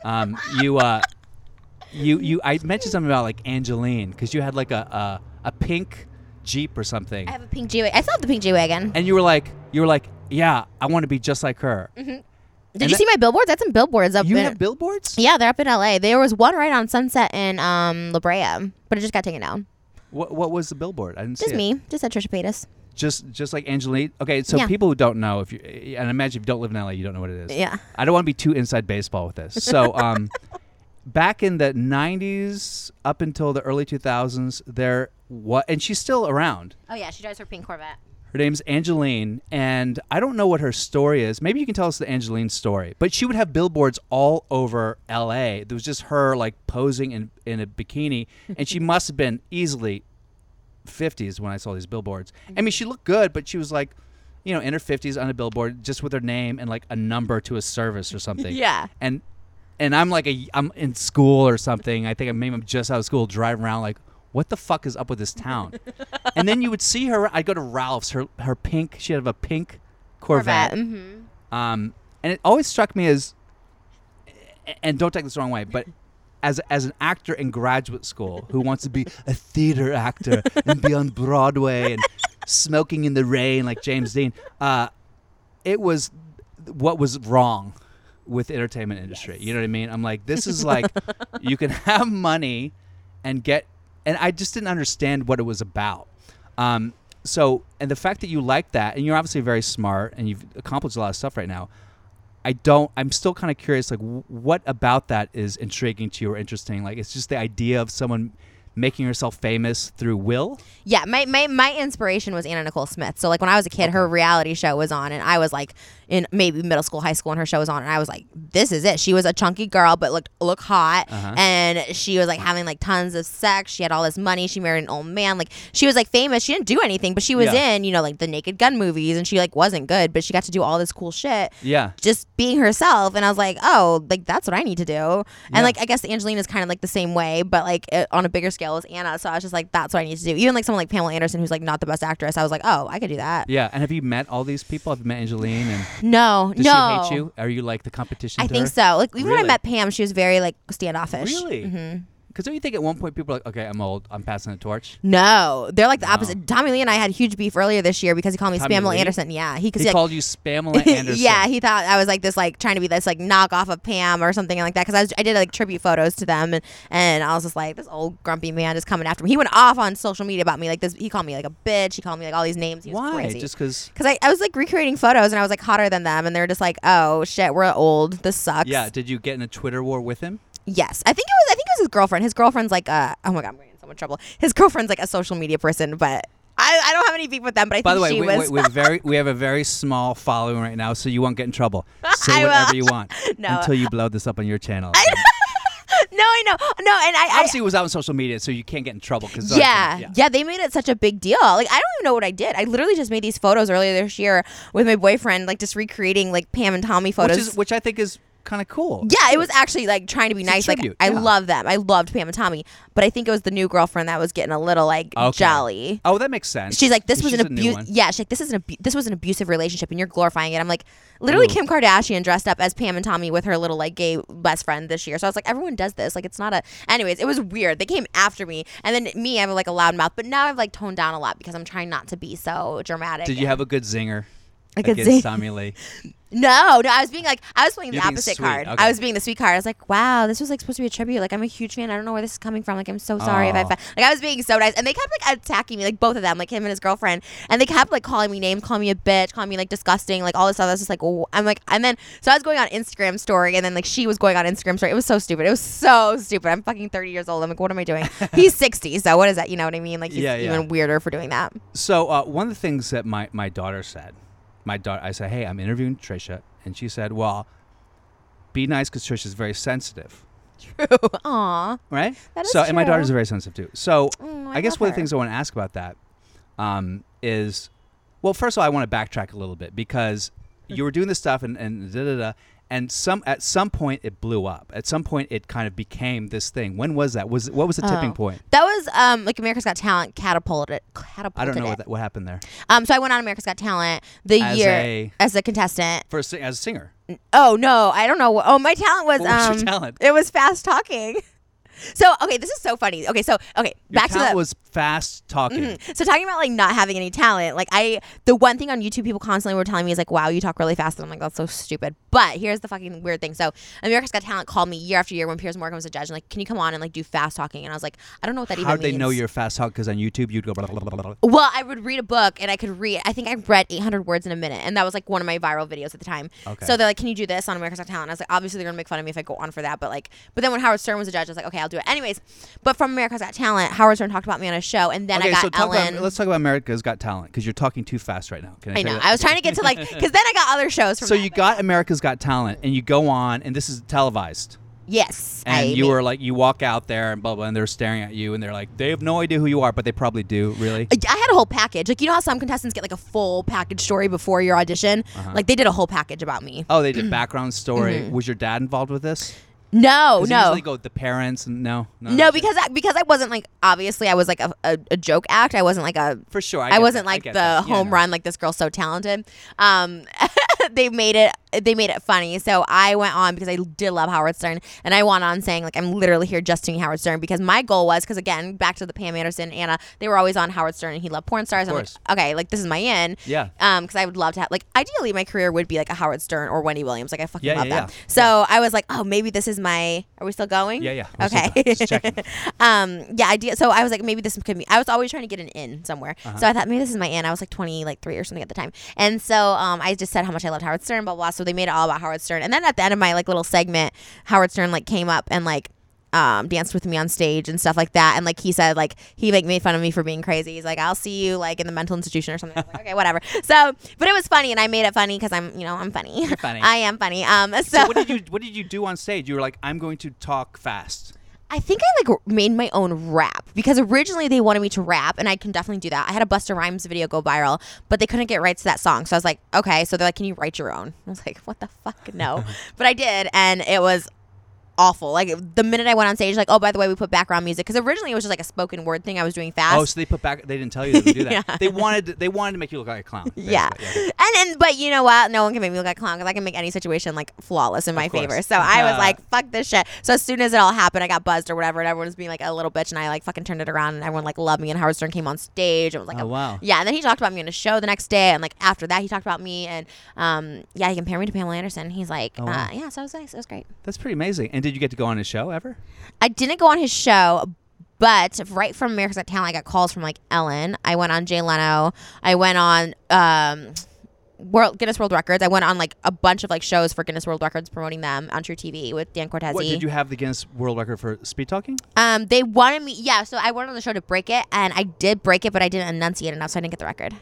um, you uh, you you I mentioned something about like Angeline because you had like a, a a pink Jeep or something, I have a pink G Wagon. I still have the pink G Wagon. and you were like you were like yeah I want to be just like her. Did and you that- see my billboards? That's some billboards up You in- have billboards. Yeah, they're up in LA. There was one right on Sunset in um, La Brea, but it just got taken down. What what was the billboard? I didn't Just see it. me, just at Trisha Paytas. Just just like Angelina. Okay, so Yeah. people who don't know, if you and I imagine if you don't live in LA, you don't know what it is. Yeah. I don't want to be too inside baseball with this. So um, back in the '90s up until the early 2000s, there what and she's still around. Oh yeah, she drives her pink Corvette. Her name's Angeline, and I don't know what her story is. Maybe you can tell us the Angeline story. But she would have billboards all over LA. There was just her like posing in, in a bikini, and she must have been easily 50s when I saw these billboards. I mean, she looked good, but she was like, you know, in her 50s on a billboard just with her name and like a number to a service or something. Yeah. And and I'm like a I'm in school or something. I think I'm maybe I'm just out of school driving around like what the fuck is up with this town? and then you would see her I'd go to Ralph's, her her pink, she had a pink Corvette. Mm-hmm. Um and it always struck me as a- and don't take this the wrong way, but as, as an actor in graduate school who wants to be a theater actor and be on Broadway and smoking in the rain like James Dean, uh, it was what was wrong with the entertainment industry. You know what I mean? I'm like, this is like you can have money and get, and I just didn't understand what it was about. Um, so, and the fact that you like that, and you're obviously very smart and you've accomplished a lot of stuff right now. I don't. I'm still kind of curious. Like, wh- what about that is intriguing to you or interesting? Like, it's just the idea of someone making herself famous through will. Yeah, my, my my inspiration was Anna Nicole Smith. So like when I was a kid, her reality show was on, and I was like in maybe middle school, high school, and her show was on, and I was like, this is it. She was a chunky girl, but looked look hot, Uh-huh. and she was like having like tons of sex. She had all this money. She married an old man. Like she was like famous. She didn't do anything, but she was Yeah. in you know like the Naked Gun movies, and she like wasn't good, but she got to do all this cool shit Yeah. just being herself and i was like oh like that's what i need to do and Yeah. like i guess angelina is kind of like the same way but like it, on a bigger scale as anna so i was just like that's what i need to do even like someone like pamela anderson who's like not the best actress i was like oh i could do that Yeah. And have you met all these people? Have you met Angeline? And no does no she hate you? Are you like the competition? i to think her? so like even when i Really? met pam she was very like standoffish Really? mm-hmm. Because don't you think at one point people are like, okay, I'm old. I'm passing the torch. no they're like the opposite tommy lee and i had huge beef earlier this year because he called me Tommy spamela Lee? anderson yeah he, 'cause He he, like, called you Spamela Anderson. yeah, he thought I was like this, like trying to be this like knockoff of Pam or something like that. Because I, was- I did like tribute photos to them, and and I was just like this old grumpy man just coming after me. He went off on social media about me, like this. He called me like a bitch. He called me like all these names. He was Why? crazy. Just because. because I, I was like recreating photos and I was like hotter than them and they were just like oh shit we're old this sucks Yeah. Did you get in a Twitter war with him? yes I think it was I think it was his girlfriend his girlfriend's like uh oh my god I'm getting in so much trouble his girlfriend's like a social media person but I, I don't have any beef with them but I By think the way, she we, was we, we're very, we have a very small following right now, so you won't get in trouble. I Say will. whatever you want No. until you blow this up on your channel. no I know no and I, I Obviously, it was out on social media, so you can't get in trouble. Cause it's Yeah, on- yeah, they made it such a big deal. Like I don't even know what I did. I literally just made these photos earlier this year with my boyfriend, like just recreating like Pam and Tommy photos. which is which I think is kind of cool. yeah, it was actually like trying to be a nice. Like tribute, I yeah. love them. I loved Pam and Tommy, but I think it was the new girlfriend that was getting a little like Okay. jolly. Oh, that makes sense. She's like, this was She's an a new abuse. one. Yeah, she's like, this is an abu- this was an abusive relationship, and you're glorifying it. I'm like, literally, Ooh. Kim Kardashian dressed up as Pam and Tommy with her little like gay best friend this year. So I was like, everyone does this. Like, it's not a. Anyways, it was weird. They came after me, and then me, I have like a loud mouth, but now I've like toned down a lot because I'm trying not to be so dramatic. Did you have a good zinger? A good against zing- Tommy Lee. No, no, I was being like, I was playing You're the being opposite sweet, card. okay. I was being the sweet card. I was like, wow, this was like supposed to be a tribute. Like, I'm a huge fan. I don't know where this is coming from. Like, I'm so sorry if I Aw. fa-. like I was being so nice, and they kept like attacking me, like both of them, like him and his girlfriend, and they kept like calling me names, calling me a bitch, calling me like disgusting, like all this stuff. I was just like, wh- I'm like, and then so I was going on Instagram story, and then like she was going on Instagram story. It was so stupid. It was so stupid. I'm fucking 30 years old. I'm like, what am I doing? he's 60, so what is that? You know what I mean? Like, he's Yeah, yeah. even weirder for doing that. So uh, one of the things that my, my daughter said, my daughter, I said, hey, I'm interviewing Trisha, and she said, well, be nice because Trisha's very sensitive. Aw. right? That is so, and my true. daughter's very sensitive too. So, Oh, I I, guess love one of her. the things I want to ask about that um, is, well, first of all, I want to backtrack a little bit because you were doing this stuff and and da da da, and some at some point it blew up. At some point, it kind of became this thing. When was that? Was what was the tipping Oh. point? That was um, like America's Got Talent catapulted catapulted. I don't know it. what, that, what happened there. Um, so I went on America's Got Talent the As year a- as a contestant. For a, sing- as a singer, Oh no, I don't know. Oh, my talent was What was your um, talent? It was fast talking. So okay, this is so funny. Okay, so okay, Your back to count the Mm-hmm. was fast talking. so talking about like not having any talent, like I the one thing on YouTube people constantly were telling me is like, wow, you talk really fast, and I'm like, that's so stupid. But here's the fucking weird thing. So America's Got Talent called me year after year when Piers Morgan was a judge, and like, can you come on and like do fast talking? And I was like, I don't know what that even. How'd they know means." you're fast talk? Because on YouTube you'd go. Blah, blah, blah, blah, blah. Well, I would read a book and I could read. I think I read 800 words in a minute, and that was like one of my viral videos at the time. Okay. So they're like, "Can you do this on America's Got Talent?" I was like, "Obviously, they're gonna make fun of me if I go on for that." But like, but then when Howard Stern was a judge, I was like, "Okay, I'll do it." Anyways, but from America's Got Talent, Howard Stern talked about me on a show, and then okay, I got so talk Ellen. about, let's talk about America's Got Talent because you're talking too fast right now. Can I, I tell know. you that? I was trying to get to like, because then I got other shows from. so that, you but- got America's Got Talent, and you go on, and this is televised, yes, and I you made- were like, you walk out there and blah blah, and they're staring at you, and they're like, they have no idea who you are, but they probably do, really. I had a whole package. Like you know how some contestants get like a full package story before your audition. Like they did a whole package about me. Uh-huh. Oh, they did background story. Was your dad involved with this? No, 'Cause they Mm-hmm. Oh, no. usually go with the parents. And no, no, No, that's it. because I, because I wasn't like obviously I was like a, a, a joke act. I wasn't like a for sure, I, I, get wasn't that, I like get the that. Yeah, home no. run like this girl's so talented. Um, they made it they made it funny. So I went on because I did love Howard Stern and I went on saying like I'm literally here just to meet Howard Stern because my goal was because again back to the Pam Anderson Anna they were always on Howard Stern and he loved porn stars. I'm like course. okay like this is my in Yeah. um because I would love to have like ideally my career would be like a Howard Stern or Wendy Williams like I fucking Yeah, love yeah, them. yeah. So I was like oh maybe this is my are we still going Yeah, yeah. We're still okay going. Just checking. um yeah idea so i was like maybe this could be i was always trying to get an in somewhere Uh-huh. so i thought maybe this is my in i was like 20 like 3 or something at the time and so um i just said how much i loved howard stern blah blah, blah. so they made it all about howard stern and then at the end of my like little segment howard stern like came up and like um, danced with me on stage and stuff like that and like he said like he like made fun of me for being crazy he's like i'll see you like in the mental institution or something I was like, okay whatever so but it was funny and i made it funny because i'm you know i'm funny, funny. i am funny um so, So what did you what did you do on stage? You were like, I'm going to talk fast. I think I like made my own rap because originally they wanted me to rap, and I can definitely do that. I had a Busta Rhymes video go viral, but they couldn't get rights to that song, so I was like, okay. So they're like, can you write your own? I was like, what the fuck, no. but I did, and it was awful. Like the minute I went on stage, like, oh by the way, we put background music because originally it was just like a spoken word thing I was doing fast. Oh, so they put back. They didn't tell you they would do that. Yeah. They wanted they wanted to make you look like a clown. basically. yeah. And then, but you know what? No one can make me look like a clown because I can make any situation like flawless in my course. favor. So I was like, fuck this shit. So as soon as it all happened, I got buzzed or whatever, and everyone was being like a little bitch, and I like fucking turned it around, and everyone like loved me. And Howard Stern came on stage and was like, Oh, a- wow. Yeah. And then he talked about me on a show the next day, and like after that, he talked about me, and um, yeah, he compared me to Pamela Anderson. He's like, Oh, wow. uh, yeah, so it was nice. It was great. That's pretty amazing. And did you get to go on his show ever? I didn't go on his show, but right from America's Got Talent, I got calls from like Ellen. I went on Jay Leno. I went on um, World Guinness World Records. I went on like a bunch of like shows for Guinness World Records promoting them on True TV with Dan Cortese. What did you have the Guinness World Record for speed talking? um, they wanted me. Yeah, so I went on the show to break it, and I did break it, but I didn't enunciate enough, so I didn't get the record.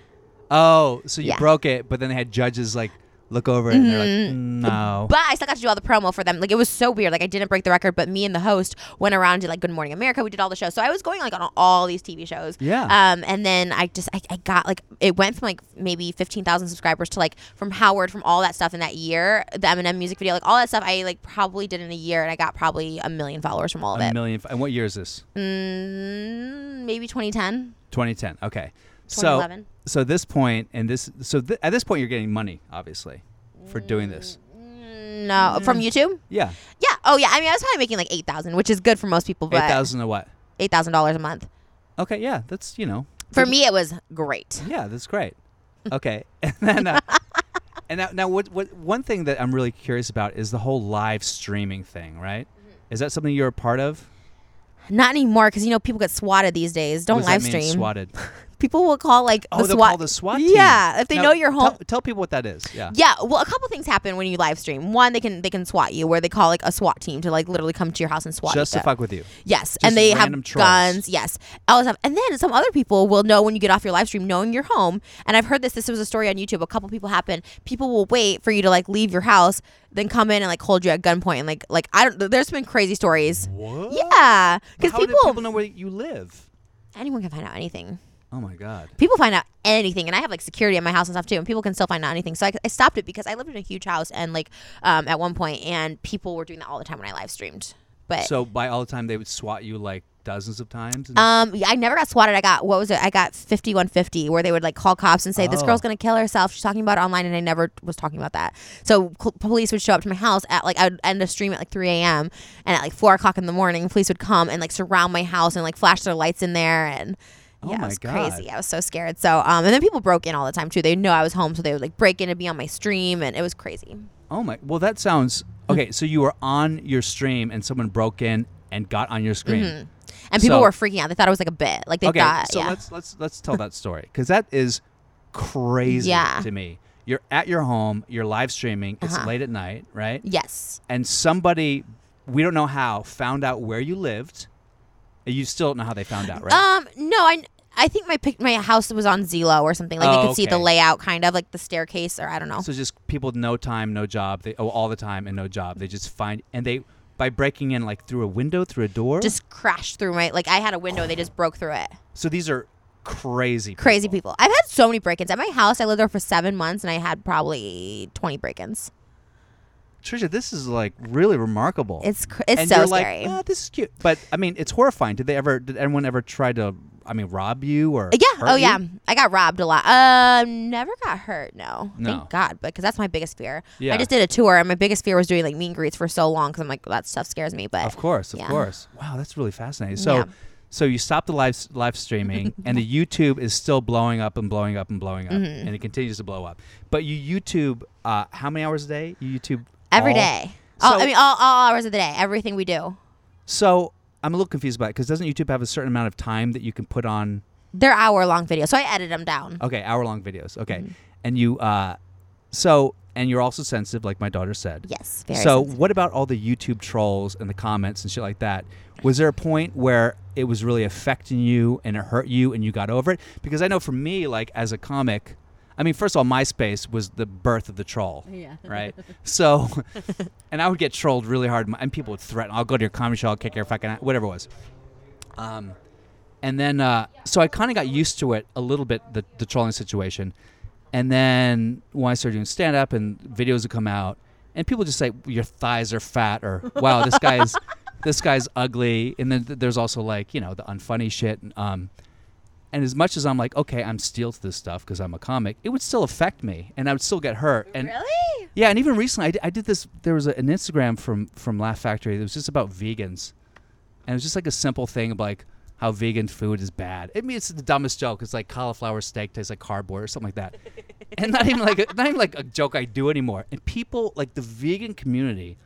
Oh, so you Yeah. broke it, but then they had judges like look over it and they're like, Mm-hmm. no. But I still got to do all the promo for them. Like it was so weird. Like I didn't break the record, but me and the host went around and did like Good Morning America. We did all the shows. So I was going like on all these TV shows. Yeah. Um, and then I just I, I got like it went from like maybe fifteen thousand subscribers to like from Howard from all that stuff in that year, the Eminem music video, like all that stuff. I like probably did in a year, and I got probably a million followers from all of a it. million. And what year is this? Mm, maybe twenty ten. 2010. Okay. So 2011. so this point and this so th- at this point you're getting money obviously for doing this. Mm. No, Mm. from YouTube. Yeah. Yeah. Oh yeah. I mean, I was probably making like eight thousand, which is good for most people, but 8,000 a what? eight thousand dollars a month. Okay, yeah, that's, you know, For me, it was great. Yeah, that's great. Okay, and then uh, and now, now what, what one thing that I'm really curious about is the whole live streaming thing, right? Mm-hmm. Is that something you're a part of? Not anymore, because you know people get swatted these days. Don't What does live that mean, stream. Swatted. People will call like oh, the they'll SWAT. call the SWAT team. Yeah, if they Now, know you're home. Tell, tell people what that is. Yeah. yeah, well, a couple things happen when you live stream. One, they can they can SWAT you, where they call like a SWAT team to like literally come to your house and SWAT. Just you. to fuck with you. Yes, and they have random trolls. guns. Yes, all this stuff. And then some other people will know when you get off your live stream, knowing you're home. And I've heard this. This was a story on YouTube. A couple people happen. People will wait for you to like leave your house, then come in and like hold you at gunpoint. And like like I don't. There's been crazy stories. What? Yeah, because How people, do people know where you live? anyone can find out anything. Oh my god. people find out anything and i have like security at my house and stuff too and people can still find out anything so i, I stopped it because i lived in a huge house and like um, at one point and people were doing that all the time when i live streamed but So by all the time they would SWAT you like dozens of times? And- Um, yeah, I never got swatted. I got what was it? I got fifty one fifty, where they would like call cops and say this Oh. girl's gonna kill herself. She's talking about it online, and I never was talking about that. So cl- police would show up to my house at like I would end a stream at like three a.m. and at like four o'clock in the morning, police would come and like surround my house and like flash their lights in there and. Oh Yeah, my it was God. crazy. I was so scared. So, um, and then people broke in all the time too. They know I was home, so they would like break in and be on my stream, and it was crazy. oh my! Well, that sounds Mm-hmm. okay. So you were on your stream and someone broke in and got on your screen. Mm-hmm. And people So- were freaking out. They thought it was like a bit. Like they okay, thought, so yeah. let's let's let's tell that story because that is crazy Yeah. Uh-huh. to me. You're at your home, you're live streaming. It's late at night, right? yes. And somebody, we don't know how, found out where you lived. You still don't know how they found out, right? Um, no, I I think my pic, my house was on Zillow or something. Like Oh, they could see the okay. layout, kind of like the staircase, or I don't know. So just people with no time, no job. They oh, all the time and no job. They just find and they by breaking in like through a window, through a door. just crashed through my like I had a window. They just broke through it. so these are crazy, Crazy people. I've had so many break-ins at my house. I lived there for seven months, and I had probably twenty break-ins. Trisha, this is like really remarkable. It's cr- it's and so you're scary. Like, "Ah, this is cute, but I mean, it's horrifying. Did they ever? Did anyone ever try to? I mean, rob you or? yeah. hurt Oh you? yeah. I got robbed a lot. Uh, never got hurt. No. No. Thank God, because that's my biggest fear. Yeah. I just did a tour, and my biggest fear was doing like meet and greets for so long because I'm like that stuff scares me. But Of course, of Yeah. course. Wow, that's really fascinating. So, Yeah. so you stop the live live streaming, and the YouTube is still blowing up and blowing up and blowing up, Mm-hmm. and it continues to blow up. But you YouTube, uh, how many hours a day? You YouTube every all- day. All, So- I mean, all, all hours of the day, everything we do. So I'm a little confused about it because doesn't YouTube have a certain amount of time that you can put on? They're hour long videos, so I edit them down. Okay, hour long videos. Okay, Mm-hmm. and you, uh, so and you're also sensitive, like my daughter said. Yes, very. so sensitive. what about all the YouTube trolls and the comments and shit like that? Was there a point where it was really affecting you and it hurt you and you got over it? Because I know for me, like as a comic, I mean, first of all, MySpace was the birth of the troll. Yeah. Right. So, and I would get trolled really hard, and people would threaten, "I'll go to your comedy show, I'll kick your fucking ass," whatever it was. Um, and then uh, so I kind of got used to it a little bit the, the trolling situation, and then when I started doing stand up and videos would come out, and people just say your thighs are fat or wow this guy is this guy's ugly, and then th- there's also like you know the unfunny shit. and, Um, and as much as I'm like okay I'm still to this stuff because I'm a comic, it would still affect me, and I would still get hurt. And really? yeah, and even recently, I di- I did this. There was a, an Instagram from from Laugh Factory that was just about vegans, and it was just like a simple thing of like how vegan food is bad. I mean, it's the dumbest joke. It's like cauliflower steak tastes like cardboard or something like that, and not even like a, not even like a joke I do anymore. And people like the vegan community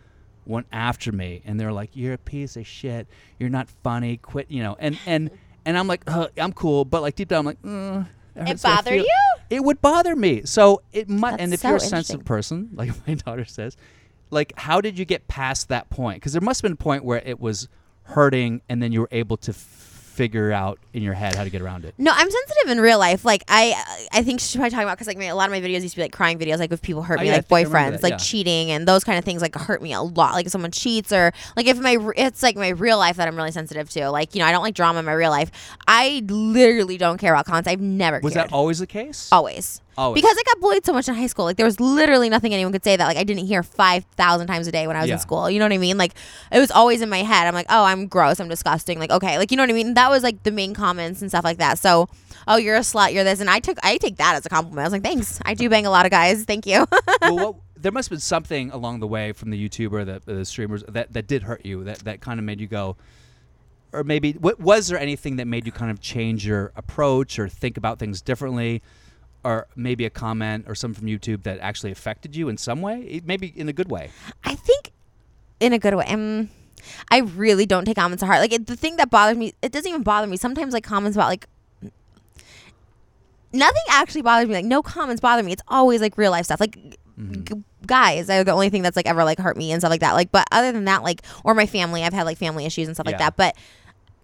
went after me, and they're like, "You're a piece of shit. You're not funny. Quit." You know, and and and I'm like, "Ugh, "I'm cool," but like deep down, I'm like, mm, that hurts my bother feel- you? It would bother me. So it might, That's and if so you're a sensitive interesting. person, like my daughter says, like how did you get past that point? Because there must have been a point where it was hurting, and then you were able to f- figure out in your head how to get around it. No, I'm sensitive in real life. Like I, I think she's probably talking about because like my, a lot of my videos used to be like crying videos, like if people hurt Oh, me, yeah, I like think I remember boyfriends, that, like yeah. cheating and those kind of things, like hurt me a lot. Like if someone cheats or like if my, re- it's like my real life that I'm really sensitive to. Like you know, I don't like drama in my real life. I literally don't care about comments. I've never Oh. Was cared. that always the case? always. Always. Because I got bullied so much in high school. Like, there was literally nothing anyone could say that, like, I didn't hear 5,000 times a day when I was Yeah. in school. You know what I mean? Like, it was always in my head. I'm like, oh, I'm gross. I'm disgusting. Like, okay. Like, you know what I mean? That was, like, the main comments and stuff like that. So, oh, you're a slut. You're this. And I took, I take that as a compliment. I was like, thanks. I do bang a lot of guys. Thank you. well, what, there must have been something along the way from the YouTuber, the, the streamers that, that did hurt you, that, that kind of made you go, or maybe what, was there anything that made you kind of change your approach or think about things differently, or maybe a comment or something from YouTube that actually affected you in some way, It- maybe in a good way? I think in a good way. Um, I really don't take comments to heart. Like it, the thing that bothers me, it doesn't even bother me. Sometimes like comments about like nothing actually bothers me. Like no comments bother me. It's always like real life stuff. Like Mm-hmm. g- guys are the only thing that's like ever like hurt me and stuff like that. Like but other than that, like or my family, I've had like family issues and stuff like Yeah. that. But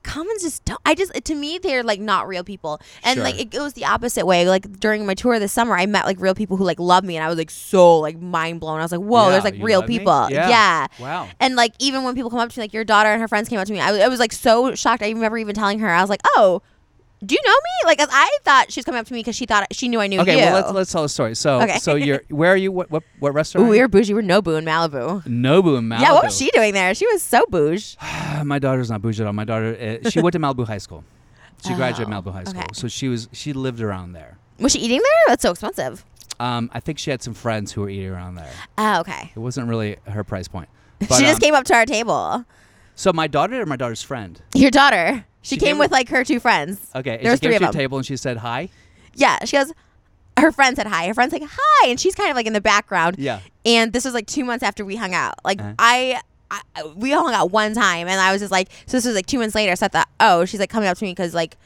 comments just don't i just to me they're like not real people and Sure. like it goes the opposite way like during my tour this summer i met like real people who like love me and i was like so like mind blown i was like whoa Yeah, there's like you real love me? people Yeah. yeah Wow. and like even when people come up to me, like your daughter and her friends came up to me, I was, I was like so shocked. I remember even telling her, I was like, "Oh, Do you know me? Like, 'cause I thought she was coming up to me because she thought she knew I knew Okay, you. well let's let's tell the story. So Okay. so you're where are you? What what, what restaurant? Ooh, we were bougie. We're Nobu in Malibu. Nobu in Malibu. Ah, Yeah, what was she doing there? She was so bouge. My daughter's not bougie at all. My daughter uh, she went to Malibu High School. She graduated Oh, Malibu High School, okay. so she was she lived around there. Was she eating there? That's so expensive. Um, I think she had some friends who were eating around there. Oh, okay. It wasn't really her price point. she um, just came up to our table. So my daughter or my daughter's friend. Your daughter. She She, came came with like her two friends. Okay, and There she was came three to of the them. table and she said hi. Yeah, she goes. Her friend said hi. Her friend's like hi, and she's kind of like in the background. Yeah. And this was like two months after we hung out. Like Uh-huh. I, I, we hung out one time, and I was just like, so this was like two months later. So I thought, oh, she's like coming up to me because like,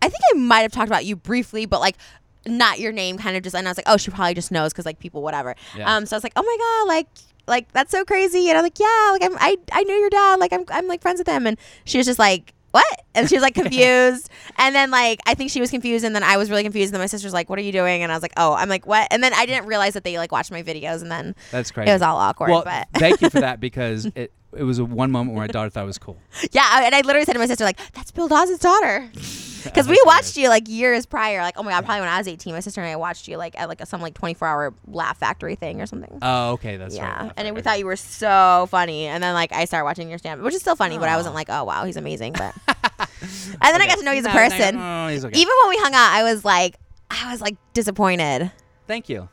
I think I might have talked about you briefly, but like. Not your name, kind of just, and I was like, oh, she probably just knows because like people, whatever. Yeah. Um, so I was like, oh my god, like, like that's so crazy, and I'm like, yeah, like I'm, I, I know your dad, like I'm, I'm like friends with him, and she was just like, what? And she was like confused, and then like I think she was confused, and then I was really confused, and then my sister's like, what are you doing? And I was like, oh, I'm like what? And then I didn't realize that they like watched my videos, and then That's crazy. it was all awkward. well, but thank you for that because it it was a one moment where my daughter thought it was cool. yeah, I- and I literally said to my sister like, "That's Bill Dawson's daughter," because we watched you like years prior. Like, oh my god, probably when I was eighteen, my sister and I watched you like at like a, some like twenty four hour Laugh Factory thing or something. Oh, okay, that's right. yeah, That's and right, we okay. thought you were so funny, and then like I started watching your stand, which is still funny, but I wasn't like, "Oh wow, he's amazing." But and then I got to know you as a No, no, person. no, he's Oh, okay. Even when we hung out, I was like, I was like disappointed. Thank you.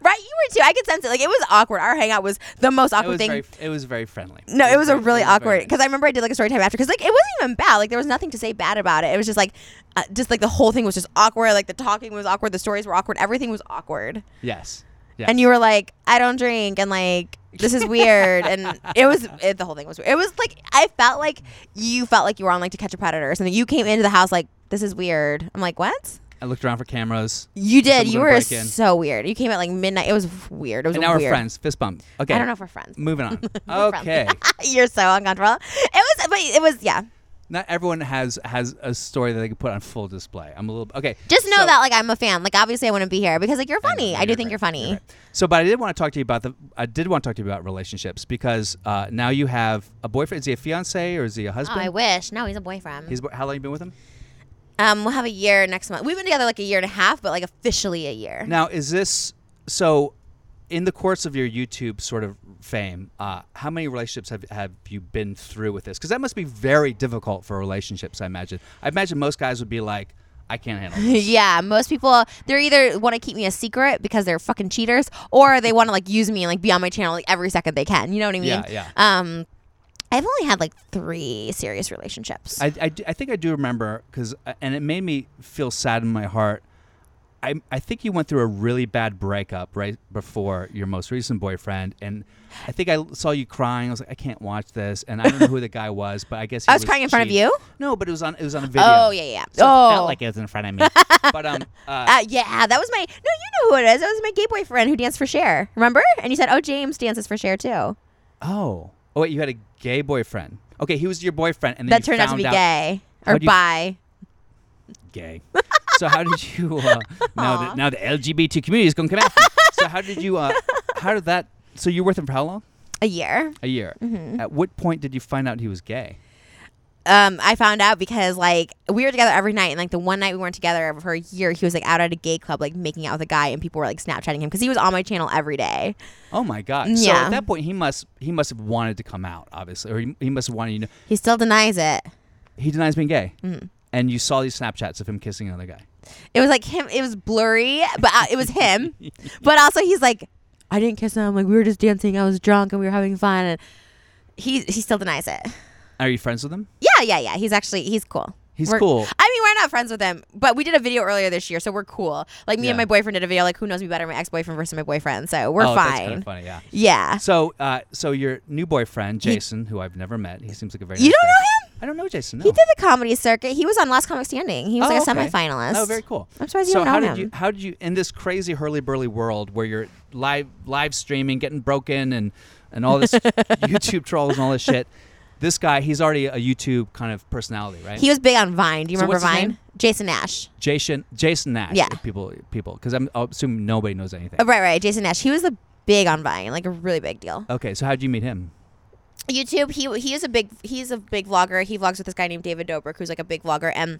Right, you were too. I could sense it. Like it was awkward. Our hangout was the most It awkward was thing very it was very friendly. No, it was a very- really it was very awkward because I remember I did like a story time after because like it wasn't even bad. Like there was nothing to say bad about it. It was just like, uh, just like the whole thing was just awkward. Like the talking was awkward. The stories were awkward. Everything was awkward. nice. yes. Yes. And you were like, I don't drink, and like this is weird. and it was it, the whole thing was weird. It was like I felt like you felt like you were on like to catch a predator or something. You came into the house like this is weird. I'm like what? I looked around for cameras. You did. Someone's You gonna were break in. so weird. You came at like midnight. It was weird. It was And now we're weird. friends. Fist bump. Okay. I don't know if we're friends. Moving on. We're friends. okay. You're so uncomfortable. It was, but it was, yeah. Not everyone has has a story that they can put on full display. I'm a little okay. Just know so- that like I'm a fan. Like obviously I want to be here because like you're know, funny. no, I do you're think you're great, funny. great. So, but I did want to talk to you about the. I did want to talk to you about relationships because uh, now you have a boyfriend. Is he a fiance or is he a Oh, I husband? wish. No, he's a boyfriend. He's how long you been with him? um, we'll have a year next month. We've been together like a year and a half, but like officially a year. Now, is this so? In the course of your YouTube sort of fame, uh, how many relationships have, have you been through with this? Because that must be very difficult for relationships. I imagine. I imagine most guys would be like, "I can't handle." This. yeah, most people they're either want to keep me a secret because they're fucking cheaters, or they want to like use me and like be on my channel like every second they can. You know what I mean? Yeah, yeah. Um, I've only had like three serious relationships. I, I do- I think I do remember because, and it made me feel sad in my heart. I, I think you went through a really bad breakup right before your most recent boyfriend, and I think I saw you crying. I was like, I can't watch this, and I don't know who the guy was, but I guess he I was crying in front of cheating. you? No, but it was on it was on a video. oh yeah, yeah, yeah. So oh, it felt like it was in front of me. but um, uh, Uh, yeah, that was my. No, you know who it is. That was my gay boyfriend who danced for Cher. Remember? And you said, "Oh, James dances for Cher oh, too." oh wait, you had a gay boyfriend. Okay, he was your boyfriend, and then that you turned out to found be gay or How'd you- bi. gay. so how did you uh, now that now the LGBT community is going to come after? you. so how did you uh, how did that? So you were with him for how long? A year. A year. Mm-hmm. At what point did you find out he was gay? Um, I found out because like we were together every night, and like the one night we weren't together for a year, he was like out at a gay club, like making out with a guy, and people were like Snapchatting him because he was on my channel every day. Oh my God! So Yeah. at that point he must he must have wanted to come out, obviously, or he, he must have wanted you know He still denies it. he denies being gay, Mm. and you saw these Snapchats of him kissing another guy. It was like him. It was blurry, but uh, it was him. but also, he's like, I didn't kiss him. Like we were just dancing. I was drunk, and we were having fun. And he he still denies it. Are you friends with him? Yeah, yeah, yeah. He's actually he's cool. He's We're- cool. I mean, we're not friends with him, but we did a video earlier this year, so we're cool. Like me and Yeah. my boyfriend did a video, like who knows me better, my ex boyfriend versus my boyfriend. So we're oh, fine. That's kind of funny, yeah. Yeah. So, uh, so your new boyfriend Jason, who I've never met, he seems like a very You nice don't guy. know him? I don't know Jason. No. He did the comedy circuit. He was on Last Comic Standing. He was like a okay. semifinalist. Oh, very cool. I'm surprised you so don't know how did him. you how did you in this crazy hurly burly world where you're live live streaming, getting broken, and and all this YouTube trolls and all this shit? This guy, he's already a YouTube kind of personality, right? He was big on Vine. Do you So remember what's his Vine? name? Jason Nash. Jason Jason Nash. Yeah. if People people because I'm I assume nobody knows anything. Oh, right, right. Jason Nash. He was the big on Vine, like a really big deal. Okay, so how did you meet him? YouTube. He he is a big he's a big vlogger. He vlogs with this guy named David Dobrik, who's like a big vlogger, and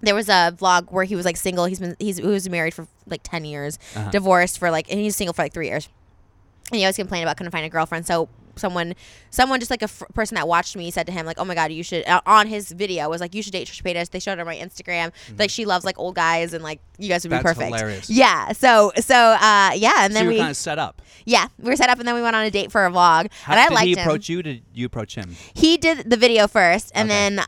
there was a vlog where he was like single. He's been he's he was married for like ten years, Uh-huh. divorced for like, and he's single for like three years. And he always complained about couldn't find a girlfriend. So someone, someone just like a f- person that watched me said to him like, "Oh my god, you should." uh, On his video was like, "You should date Trisha Paytas." They showed it on my Instagram. Like she loves like old guys, and like you guys would be Mm-hmm. That's perfect. hilarious. Yeah. So so uh yeah, and so then you were we kind of set up. yeah we were set up, and then we went on a date for a vlog, How, and I did liked he him approach you? Did you approach him? he did the video first, and Okay. then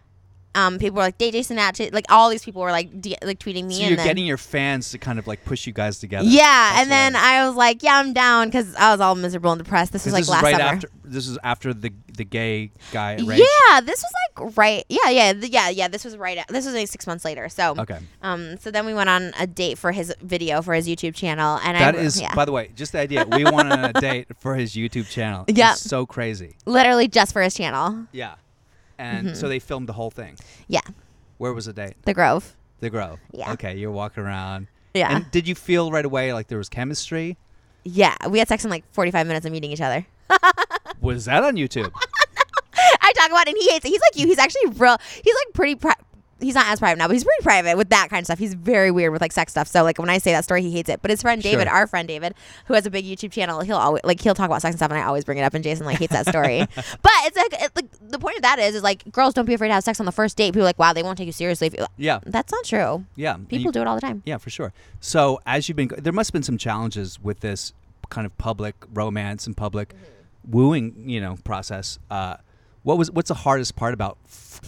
um, people were like, "DJ Snatch," like all these people were like, d- like tweeting me. So and you're then, getting your fans to kind of like push you guys together. yeah, That's and then hilarious. I was like, "Yeah, I'm down," because I was all miserable and depressed. This was 'Cause this is like last right summer. after this is after the the gay guy. Rage. yeah, this was like right. Yeah, yeah, th- yeah, yeah. This was right. a- This was like six months later. So Okay. Um. So then we went on a date for his video for his YouTube channel, and That I is, yeah, by the way, just the idea. We went on a date for his YouTube channel. Yeah. It's so crazy. literally just for his channel. Yeah. And so Mm-hmm. they filmed the whole thing. Yeah, Where was the date? the Grove. The Grove. Yeah. Okay, you're walking around. Yeah. And did you feel right away like there was chemistry? Yeah, we had sex in like 45 minutes of meeting each other. Was that on YouTube? I talk about, it and he hates it. He's like you. He's actually real. He's like pretty. Pri- he's not as private now, but he's pretty private with that kind of stuff. He's very weird with like sex stuff. So like when I say that story, he hates it. But his friend David, Sure. our friend David, who has a big YouTube channel, he'll always like he'll talk about sex and stuff, and I always bring it up, and Jason like hates that story. but it's like, it's like the point of that is is like girls don't be afraid to have sex on the first date. People are like wow they won't take you seriously. If you, yeah. that's not true. Yeah. and People you- do it all the time. Yeah, for sure. So as you've been, go- there must have been some challenges with this kind of public romance and public Mm-hmm. wooing, you know, process. Uh, what was what's the hardest part about f-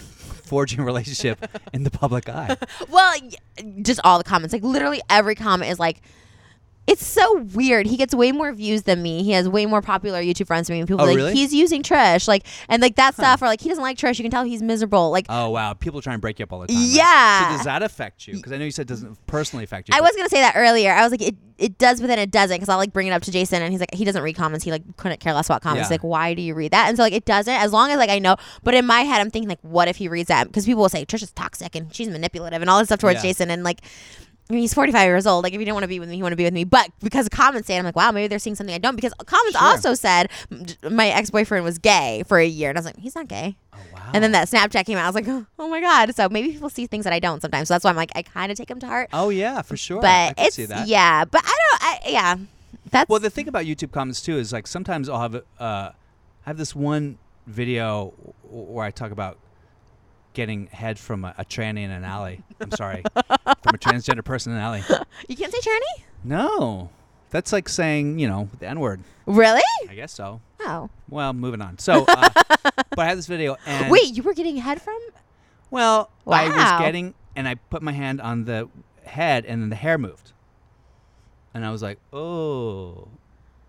forging a relationship in the public eye? Well, y- just all the comments. Like literally every comment is like, it's so weird. He gets way more views than me. He has way more popular YouTube friends than me. And people Oh, are like really? he's using Trish, like and like that stuff, or like he doesn't like Trish. You can tell he's miserable. Like Oh wow, people try and break you up all the time. right? Yeah. So does that affect you? Because I know you said it doesn't personally affect you. I but- was gonna say that earlier. I was like, it, it does, but then it doesn't. Because I like bring it up to Jason, and he's like, he doesn't read comments. He like couldn't care less about comments. He's Yeah. like, why do you read that? And so like it doesn't. As long as like I know, but in my head, I'm thinking like, what if he reads that? Because people will say Trisha's toxic and she's manipulative and all this stuff towards Yeah. Jason, and like. I mean, he's 45 years old. Like, if you don't want to be with me, you want to be with me. But because comments say, it, I'm like, wow, maybe they're seeing something I don't. Because comments Sure. also said m- my ex boyfriend was gay for a year, and I was like, he's not gay. Oh, wow. And then that Snapchat came out. I was like, oh my god. So maybe people see things that I don't sometimes. So that's why I'm like, I kind of take them to heart Oh yeah, for sure. I but can it's see that. yeah but i don't i yeah that's Well, the thing about YouTube comments too is like sometimes I'll have uh, I have this one video w- where I talk about getting head from a, a tranny in an alley. I'm sorry, from a transgender person in an alley. you can't say tranny No, that's like saying you know the N word. really I guess so. oh Well, moving on. So, uh, but I have this video and wait you were getting head from Well, I Wow. was getting, and I put my hand on the head, and then the hair moved, and I was like, "Oh,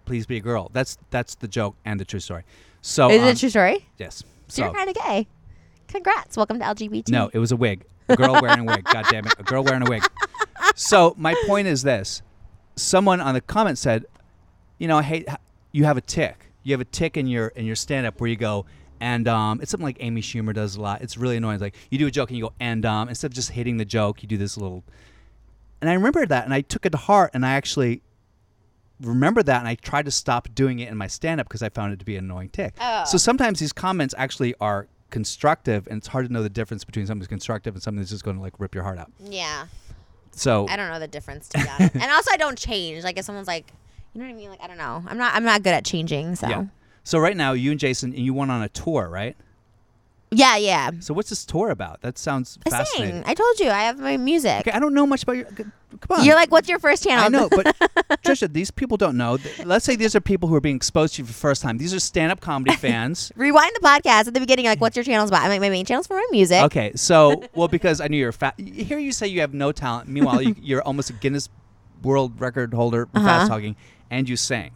please be a girl." That's that's the joke and the true story. So is it um, a true story Yes. so, So you're kind of gay congrats welcome to lgbt no, it was a wig. A girl wearing a wig. God damn it, a girl wearing a wig. So my point is this: someone on the comment said, "You know, I hate h- you have a tick. You have a tick in your in your stand up where you go." And um, it's something like Amy Schumer does a lot. It's really annoying. It's like you do a joke and you go and um, instead of just hitting the joke, you do this little. And I remembered that, and I took it to heart, and I actually remembered that, and I tried to stop doing it in my stand up because I found it to be an annoying tick. Oh. So sometimes these comments actually are constructive, and it's hard to know the difference between something that's constructive and something that's just going to like rip your heart out. yeah So i don't know the difference to be honest and also i don't change like if someone's like you know what i mean like i don't know i'm not i'm not good at changing so yeah. So right now, you and Jason, and you went on a tour, right? yeah yeah So what's this tour about? That sounds i fascinating. sing i told you i have my music Okay, I don't know much about your. Come on. you're like um, what's your first channel I know, but Trisha, these people don't know. Th- Let's say these are people who are being exposed to you for the first time. These are stand-up comedy fans. rewind the podcast at the beginning like what's your channel's about i'm like my main channel's for my music Okay, so well because I knew you're fat. Here you say you have no talent. Meanwhile, you, you're almost a Guinness World Record holder Uh-huh. for fast talking, and you sang.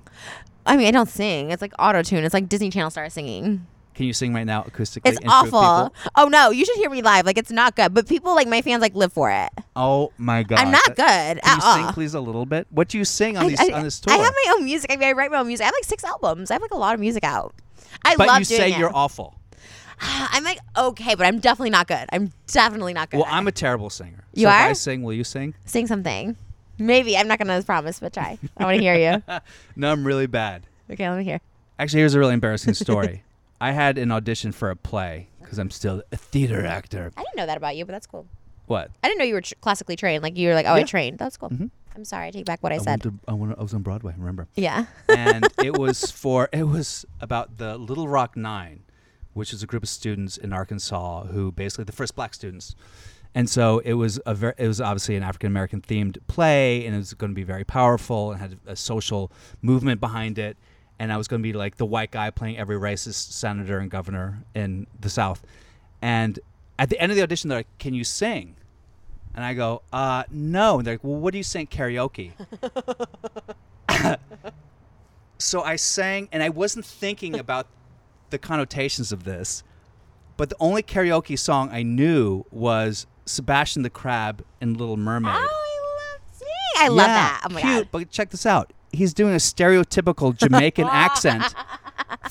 i mean i don't sing it's like auto tune it's like disney channel star singing Can you sing right now acoustically? It's and prove awful. people- Oh no, you should hear me live. Like it's not good. But people like my fans like live for it. Oh my god! I'm not That- good Can at you all. sing please a little bit? What do you sing on I, these I- on this I tour? have my own music. I mean, I write my own music. I have like six albums. I have like a lot of music out. I but love you doing say it. you're awful. I'm like okay, but I'm definitely not good. I'm definitely not good. Well, I'm a terrible singer. You so If I are? sing, will you sing? sing something. Maybe I'm not gonna promise, but try. I want to hear you. No, I'm really bad. Okay, let me hear. Actually, here's a really embarrassing story. I had an audition for a play because I'm still a theater actor. I didn't know that about you, but that's cool. What? I didn't know you were tr- classically trained. Like you were like, oh, I Yeah. Mm-hmm. trained. That's cool. I'm sorry. I take back what I, I, said. went to, I, went, I was on Broadway. Remember? yeah. and it was for it was about the Little Rock Nine, which is a group of students in Arkansas who basically the first black students. And so it was a very, it was obviously an African American themed play, and it was going to be very powerful and had a social movement behind it. And I was going to be like the white guy playing every racist senator and governor in the South. And at the end of the audition, they're like, "Can you sing?" And I go, uh, no. And they're like, well, what do you sing at karaoke? so I sang, and I wasn't thinking about the connotations of this, but the only karaoke song I knew was Sebastian the Crab in Little Mermaid. Oh, I love singing. I love Yeah, that. Oh my cute, god. But check this out. He's doing a stereotypical Jamaican accent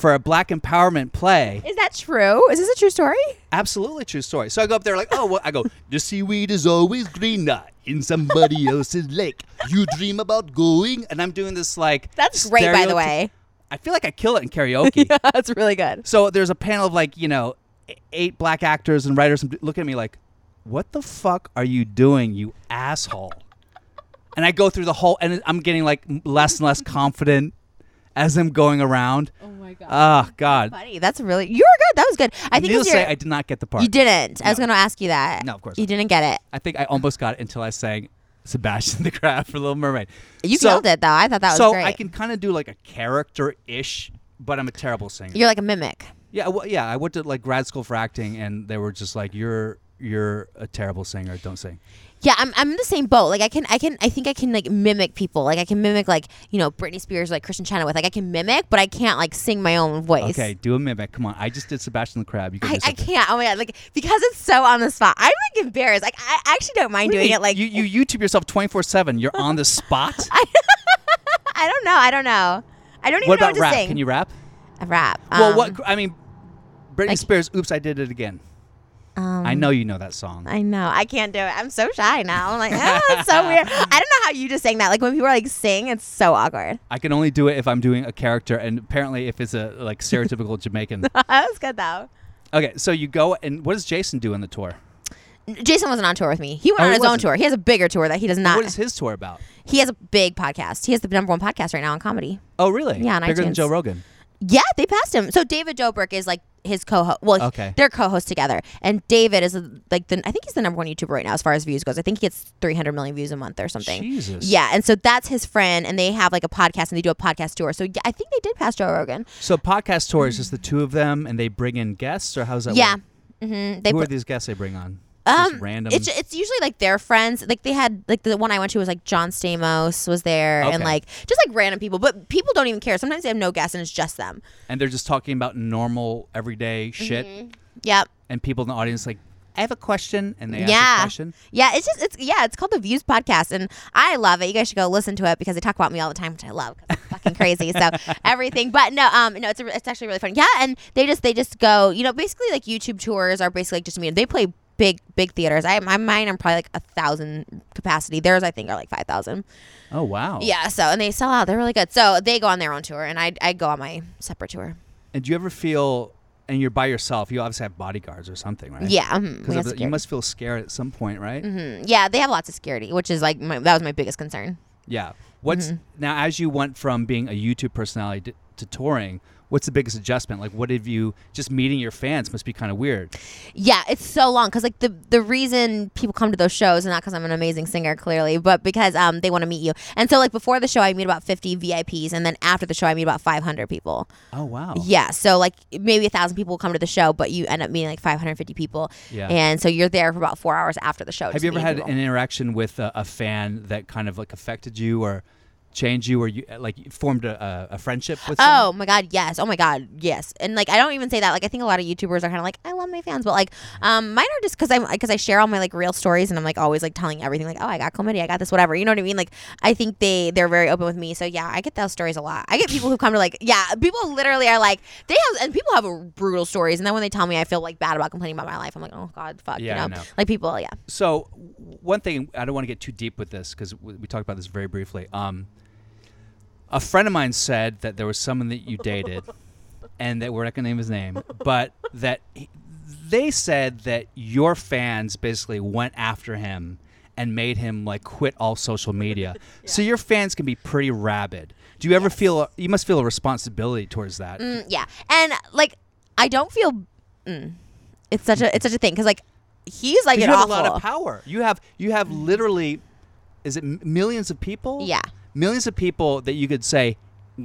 for a black empowerment play. Is that true? Is this a true story? Absolutely true story. So I go up there like, oh, well, I go, the seaweed is always greener in somebody else's lake. You dream about going, and I'm doing this like. That's great, by the stereotyp- way. I feel like I kill it in karaoke. That's really good. So there's a panel of like, you know, e- eight black actors and writers and look at me like, what the fuck are you doing, you asshole? And I go through the whole, and I'm getting like less and less confident as I'm going around. Oh my god. Oh god. Buddy, that's really you were good. That was good. I think it Needless was to your, say, I did not get the part. you didn't. I was going to ask you that. No, of course You not. didn't get it. I think I almost got it until I sang Sebastian the Crab for Little Mermaid. You So- killed it though. I thought that was so great. I can kind of do like a character ish, but I'm a terrible singer. You're like a mimic. yeah, well, yeah. I went to like grad school for acting, and they were just like, "You're you're a terrible singer. Don't sing." Yeah, I'm I'm in the same boat. Like I can I can I think I can like mimic people. Like I can mimic like, you know, Britney Spears like Christian Chenoweth. Like I can mimic, but I can't like sing my own voice. Okay, do a mimic. Come on, I just did Sebastian the Crab. You can I, do I something. can't. Oh my god! Like because it's so on the spot, I'm like embarrassed. Like I I actually don't mind doing Really? it. Like you, you YouTube yourself twenty four seven. You're on the spot. I don't know. I don't know. I don't even what know about what to rap? sing. Can you rap? A rap? well, um, what I mean, Britney like- um, Spears. Oops, I did it again. I know you know that song. I know. I can't do it. I'm so shy now. I'm like, oh, it's so weird. I don't know how you just sang that. Like when people are like sing, it's so awkward. I can only do it if I'm doing a character, and apparently, if it's a like stereotypical Jamaican. that was good though. Okay, so you go, and what does Jason do on the tour? Jason wasn't on tour with me. He went Oh, on he his own wasn't? tour. He has a bigger tour that he does not. What is his tour about? he has a big podcast. He has the number one podcast right now on comedy. Oh, really? Yeah, on bigger than iTunes. Joe Rogan. Yeah, they passed him. So David Dobrik is like his co-host. Well, he- Okay. they're co-hosts together, and David is like the I think he's the number one YouTuber right now as far as views goes. I think he gets 300 million views a month or something. Jesus. Yeah, and so that's his friend, and they have like a podcast, and they do a podcast tour. So yeah, I think they did pass Joe Rogan. So podcast tour is just the two of them, and they bring in guests, or how's that? Yeah. work? hmm They Who put- are these guests they bring on? Um, just random. It's it's usually like their friends. Like they had like the one I went to was like John Stamos was there, and Okay. like just like random people. But people don't even care. Sometimes they have no guests, and it's just them. and they're just talking about normal everyday Mm-hmm. shit Yep. and people in the audience like i have a question and they ask yeah. a question Yeah, it's just it's yeah, it's called the Views podcast, and I love it. You guys should go listen to it because they talk about me all the time, which I love. 'cause I'm fucking crazy, so everything. But no, um, no, it's a, it's actually really fun. Yeah, and they just they just go, you know, basically like YouTube tours are basically like just me. They play big big theaters. I my mine, I'm probably like a thousand capacity. Theirs I think are like five thousand. oh wow Yeah, so and they sell out. They're really good. So they go on their own tour, and I I go on my separate tour. and do you ever feel and you're by yourself you obviously have bodyguards or something right Yeah, um, we have because you security. must feel scared at some point right Mm, yeah, they have lots of security, which is like my, that was my biggest concern. yeah what's now as you went from being a youtube personality to, to touring what's the biggest adjustment like what have you just meeting your fans must be kind of weird Yeah, it's so long because like the the reason people come to those shows and not because I'm an amazing singer clearly, but because um they want to meet you. And so like before the show, I meet about 50 VIPs, and then after the show, I meet about 500 people. oh wow Yeah, so like maybe a thousand people will come to the show, but you end up meeting like 550 people. Yeah. and so you're there for about four hours after the show. have just you ever meeting had people. an interaction with a, a fan that kind of like affected you or changed you or you like you formed a, a, a friendship with someone? Oh my god, yes. Oh my god, yes. And like I don't even say that. Like I think a lot of YouTubers are kind of like I love my fans, but like um mine are just cuz I'm cuz I share all my like real stories and I'm like always like telling everything like oh I got chlamydia, I got this whatever. You know what I mean? Like I think they they're very open with me. So yeah, I get those stories a lot. I get people who come to like yeah, people literally are like they have and people have brutal stories and then when they tell me I feel like bad about complaining about my life. I'm like oh god, fuck, Yeah, I you know. know. Like people, yeah. so w- one thing i don't want to get too deep with this because we, we talked about this very briefly um, a friend of mine said that there was someone that you dated and that we're not going to name his name but that he, they said that your fans basically went after him and made him like quit all social media. So your fans can be pretty rabid. Do you ever feel you must feel a responsibility towards that? Mm, yeah and like i don't feel mm, it's such a it's such a thing because like he's like you an have awful a lot of power. You have you have literally, is it m- millions of people? Yeah. millions of people that you could say,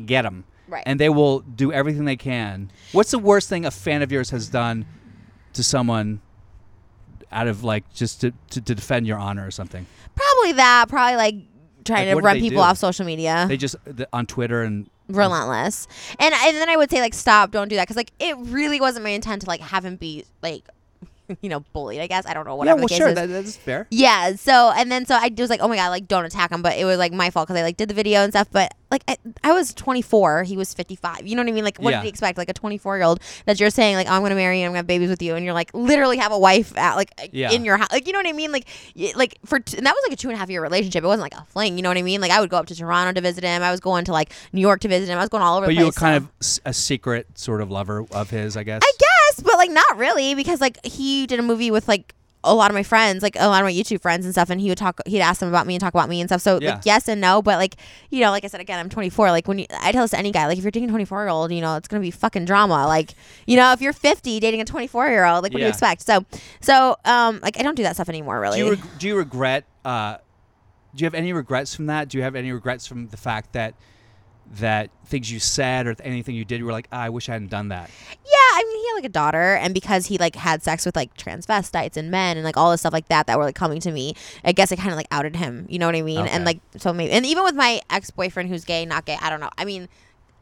get them, Right. and they will do everything they can. What's the worst thing a fan of yours has done to someone? Out of like just to, to, to defend your honor or something, probably that probably like trying Like, to what do run they people do? off social media they just the, on Twitter and relentless and and then i would say like stop don't do that because like it really wasn't my intent to like have him be like you know bullied i guess i don't know whatever yeah, well, the case sure, is that, that is fair. yeah so and then so i was like oh my god like don't attack him but it was like my fault because i like did the video and stuff but like I, I was 24 he was 55 you know what i mean like what Yeah. did he expect like a 24 year old that you're saying like oh, i'm gonna marry you i'm gonna have babies with you and you're like literally have a wife at like Yeah. in your house like you know what i mean like y- like for t- and that was like a two and a half year relationship it wasn't like a fling you know what i mean like i would go up to toronto to visit him i was going to like new york to visit him i was going all over But the you place were kind so- of s- a secret sort of lover of his, I guess. I guess, but like not really because like he did a movie with like a lot of my friends, like a lot of my YouTube friends and stuff, and he would talk, he'd ask them about me and talk about me and stuff. So Yeah. like yes and no, but like you know, like I said again, I'm 24. Like when you, I tell this to any guy, like if you're dating a 24 year old, you know it's gonna be fucking drama. Like you know if you're 50 dating a 24 year old, like what do Yeah. you expect? So so um like I don't do that stuff anymore really. do you reg- do you regret? Uh, do you have any regrets from that? Do you have any regrets from the fact that that things you said or anything you did, you were like, "Ah, I wish I hadn't done that. Yeah, I mean, he had like a daughter, and because he like had sex with like transvestites and men and like all this stuff like that that were like coming to me, I guess it kind of like outed him. You know what I mean? Okay. And like so maybe, and even with my ex boyfriend who's gay, not gay, I don't know. I mean,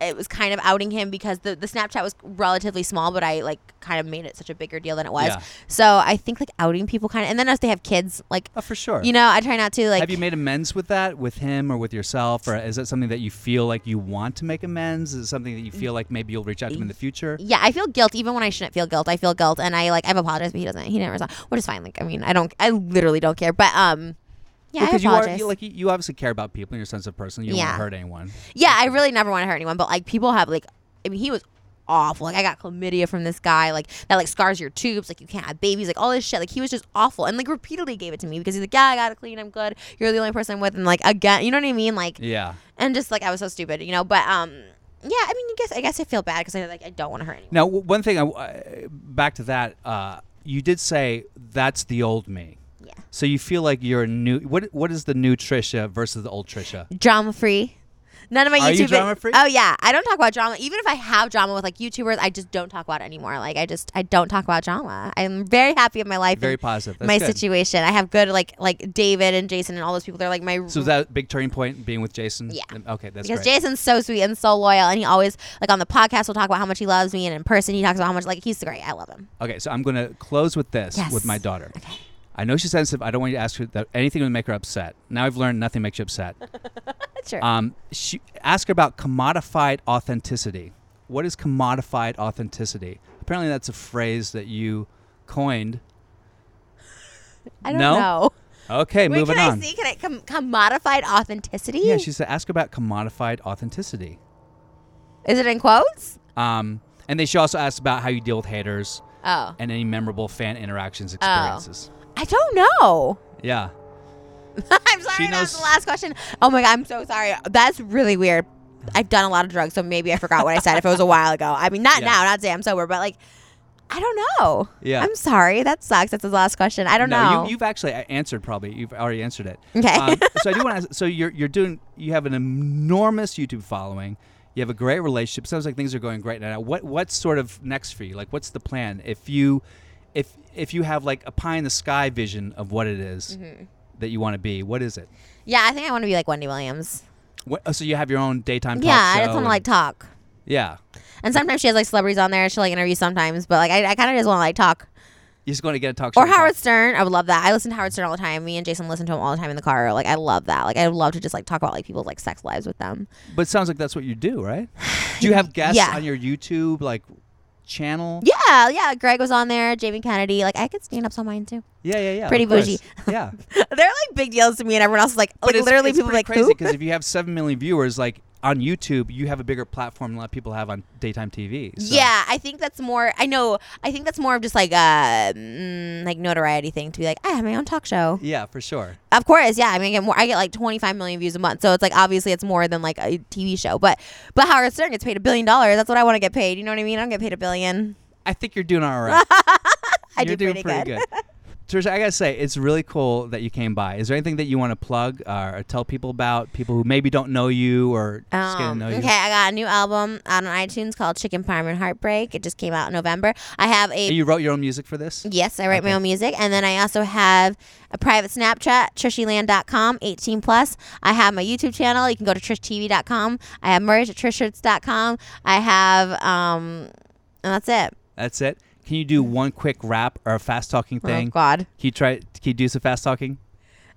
it was kind of outing him because the the Snapchat was relatively small, but I like kind of made it such a bigger deal than it was. Yeah. So I think like outing people kind of, and then as they have kids, like Oh, for sure. you know, I try not to like. have you made amends with that, with him or with yourself, or is that something that you feel like you want to make amends? Is it something that you feel like maybe you'll reach out to him in the future? yeah, I feel guilt even when I shouldn't feel guilt. I feel guilt, and I like I've apologized, but he doesn't. He never respond, which is fine. Like I mean, I don't. I literally don't care. But um, yeah, I because you are apologize. you, like you- you obviously care about people and your sense of person. You don't want Yeah. to hurt anyone. yeah, I really never want to hurt anyone, but like people have like, I mean, he was awful. Like I got chlamydia from this guy. Like that like scars your tubes. Like you can't have babies. Like all this shit. Like he was just awful, and like repeatedly gave it to me because he's like, yeah, I got to clean. I'm good. You're the only person I'm with, and like again, you know what I mean? Like Yeah. and just like I was so stupid, you know. But um, yeah, I mean, I guess I guess I feel bad because I like I don't want to hurt anyone. Now, w- one thing, I, I- back to that, uh, you did say that's the old me. Yeah. So you feel like you're new. What What is the new Trisha versus the old Trisha? drama free. None of my Are YouTube. you drama free? Oh yeah, I don't talk about drama. Even if I have drama with like YouTubers, I just don't talk about it anymore. Like I just I don't talk about drama. I'm very happy with my life. Very and positive. That's my good. situation. I have good like like David and Jason and all those people. They're like my So was that a big turning point being with Jason? Yeah. Um, Okay, that's because great. Jason's so sweet and so loyal, and he always like on the podcast will talk about how much he loves me, and in person he talks about how much like he's great. I love him. okay, so I'm gonna close with this Yes. with my daughter. Okay. I know she's sensitive. I don't want you to ask her that anything would make her upset. Now I've learned nothing makes you upset. Sure. um, she ask her about commodified authenticity. What is commodified authenticity? Apparently, that's a phrase that you coined. I don't no? know. Okay, Wait, moving can on. I see? Can I com- commodified authenticity? Yeah, she said ask about commodified authenticity. Is it in quotes? Um, and then she also asked about how you deal with haters Oh, and any memorable fan interactions experiences. I don't know. Yeah. I'm sorry, that was knows- the last question. Oh my god, I'm so sorry. That's really weird. I've done a lot of drugs, so maybe I forgot what I said if it was a while ago. I mean, not Yeah. now, not today. I'm sober, but like, I don't know. Yeah. I'm sorry. That sucks. That's the last question. I don't know. You, you've actually a- answered probably. You've already answered it. Okay. Um, so I do want to. ask So you're you're doing. You have an enormous YouTube following. You have a great relationship. Sounds like things are going great now. What what's sort of next for you? Like what's the plan? If you, if if you have like a pie in the sky vision of what it is Mm-hmm. that you want to be, what is it? yeah, I think I want to be like Wendy Williams. What, oh, so you have your own daytime. Talk yeah, I show just want and- to like talk. Yeah. And sometimes she has like celebrities on there. She'll like interview sometimes, but like I, I kind of just want to like talk. You're just going to get a talk show. Or and talk. Howard Stern. I would love that. I listen to Howard Stern all the time. Me and Jason listen to him all the time in the car. Like I love that. Like I love to just like talk about like people's like sex lives with them. But it sounds like that's what you do, right? Do you have guests Yeah. on your YouTube like channel? Yeah, yeah. Greg was on there. Jamie Kennedy. Like I could stand ups on mine too. Yeah, yeah, yeah. Pretty of course. bougie. Yeah. They're like big deals to me, and everyone else is like, like it's- literally it's people are pretty like crazy who? because if you have seven million viewers, like on YouTube, you have a bigger platform than a lot of people have on daytime TV. So Yeah, I think that's more. I know. I think that's more of just like a mm, like notoriety thing to be like, I have my own talk show. Yeah, for sure. Of course, yeah. I mean, I get more. I get like 25 million views a month, so it's like obviously it's more than like a TV show. But but Howard Stern gets paid a billion dollars. That's what I want to get paid. You know what I mean? I don't get paid a billion. I think you're doing all right. I you're do doing pretty, good. Trisha, I gotta say, it's really cool that you came by. Is there anything that you want to plug uh, or tell people about? People who maybe don't know you or just getting to Um, know okay, you. I got a new album out on iTunes called Chicken Parm and Heartbreak. It just came out in November. I have a And you wrote your own music for this? Yes, I write my Okay. own music. And then I also have a private Snapchat, trishyland.com, 18 plus. I have my YouTube channel. You can go to trishtv.com. I have merch at trishshirts.com. I have, um, and that's it. That's it. Can you do one quick rap or a fast talking thing? Mm. Oh, God. Uh, Can you try? Can you do some fast talking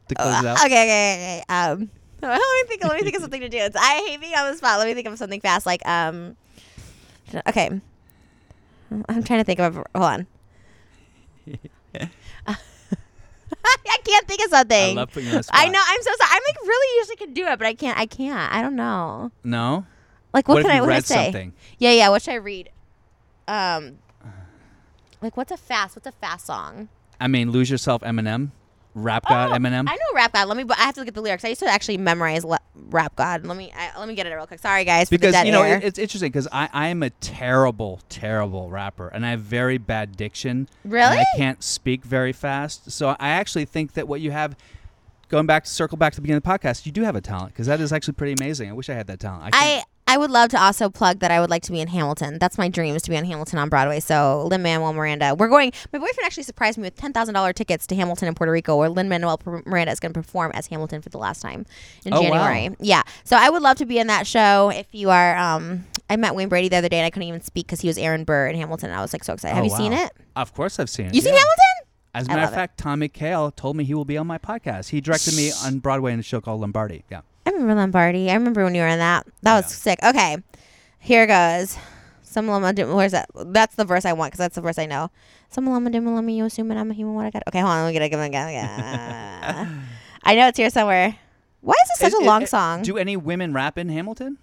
to close it out? Okay, okay, okay. Um, let me think. Let me think of something to do. It's, I hate being on the spot. Let me think of something fast. Like, um, okay. I'm trying to think of. Hold on. I can't think of I something. love putting you on the spot. I know. I'm so sorry. I'm like really usually can do it, but I can't. I can't. I don't know. No. Like, what, if can you I? What read can I say? something? Yeah, yeah. What should I read? Um, like what's a fast? What's a fast song? I mean, lose yourself, Eminem, rap god, Oh, Eminem. I know Rap God. Let me. but I have to look at the lyrics. I used to actually memorize le- Rap God. Let me. I, let me get it real quick. Sorry, guys. For the because dead you know air. it, it's interesting because I I am a terrible terrible rapper and I have very bad diction. and Really? I can't speak very fast, so I actually think that what you have. Going back, circle back to the beginning of the podcast. You do have a talent because that is actually pretty amazing. I wish I had that talent. I, I. can't- I would love to also plug that I would like to be in Hamilton. That's my dream is to be on Hamilton on Broadway. So Lin Manuel Miranda, we're going. My boyfriend actually surprised me with ten thousand dollar tickets to Hamilton in Puerto Rico, where Lin Manuel Miranda is going to perform as Hamilton for the last time in Oh, wow. January. Yeah, so I would love to be in that show. If you are, um, I met Wayne Brady the other day and I couldn't even speak because he was Aaron Burr in Hamilton. And I was like so excited. Have Oh, you seen wow. it? Of course, I've seen it. You seen yeah. Hamilton? As a I matter of love it. fact, Tommy Kale told me he will be on my podcast. He directed me on Broadway in a show called Lombardi. Yeah. I remember Lombardi. I remember when you were in that. That was sick. Okay, here goes. Some lama dim- Where's that? That's the verse I want because that's the verse I know. Some uh, lama dim lama you assume and I'm a human. What I got? Okay, hold on. Let me get it. Give it. Give it. give it. I know it's here somewhere. Why is this such Is- a is- long is- song? Do any women rap in Hamilton?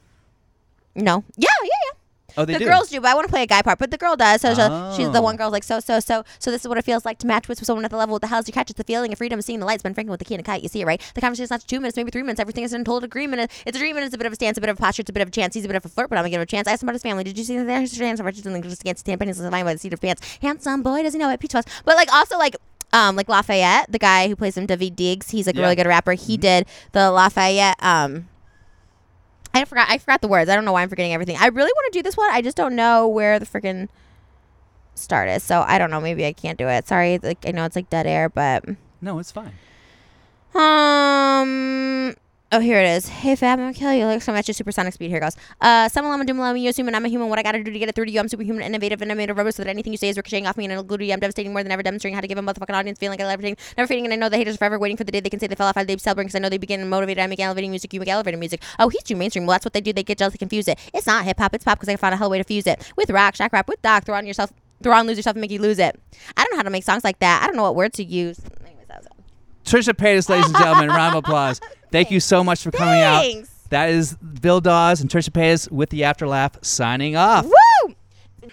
no. Yeah. Yeah. Yeah. Oh, they the do. girls do, but I want to play a guy part. But the girl does. So she'll- she's the Oh. one girl's like, so, so, so, so this is what it feels like to match with someone at the level. What the hell is you catch? It's the feeling of freedom, seeing the lights, Ben Franklin with the key and a kite. You see it, right? The conversation's not two minutes, maybe three minutes. Everything is an untold agreement. It's a dream, and it's a bit of a stance, a bit of a posture, it's a bit of a chance. He's a bit of a flirt, but I'm going to give him a chance. I asked him about his family. Did you see that there's a chance of Richardson and just against ten pennies is lying by the seat of pants? Handsome boy, doesn't know it, peach fuzz. But like, also, like, um, like Lafayette, the guy who plays him, David Diggs, he's like a Yeah. really good rapper. He did the Lafayette, um, I forgot. I forgot the words. I don't know why I'm forgetting everything. I really want to do this one. I just don't know where the freaking start is. So I don't know. Maybe I can't do it. Sorry. Like I know it's like dead air, but No, it's fine. um. Oh, here it is. Hey, Fab, I'm gonna kill you. Look, so I'm at your supersonic speed. Here goes. Uh, some lama doom lama, you're human. I'm a human. What I gotta do to get it through to you? I'm superhuman, innovative, and I made a rubber so that anything you say is ricocheting off me and it'll glue to you. I'm devastating more than ever, demonstrating how to give a motherfucking audience feeling like I love everything, never fading. And I know the haters are forever waiting for the day they can say they fell off. I they celebrate because I know they begin motivated. I make elevating music. You make elevator music. Oh, he's too mainstream. Well, that's what they do. They get jealous, they confuse it. It's not hip hop. It's pop because I found a hell way to fuse it with rock, shack rap, with doc. Throw on yourself, throw on lose yourself and make you lose it. I don't know how to make songs like that. I don't know what word to use. Anyways, that was it. Trisha Paytas, ladies and gentlemen, round of applause. Thank you so much for coming Thanks. out. That is Bill Dawes and Trisha Paytas with the After Laugh signing off. Woo!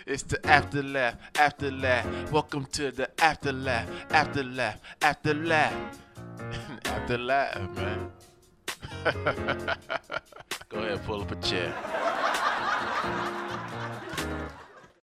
It's the afterlife, afterlife. Welcome to the afterlife, afterlife, afterlife, afterlife, man. Go ahead, pull up a chair.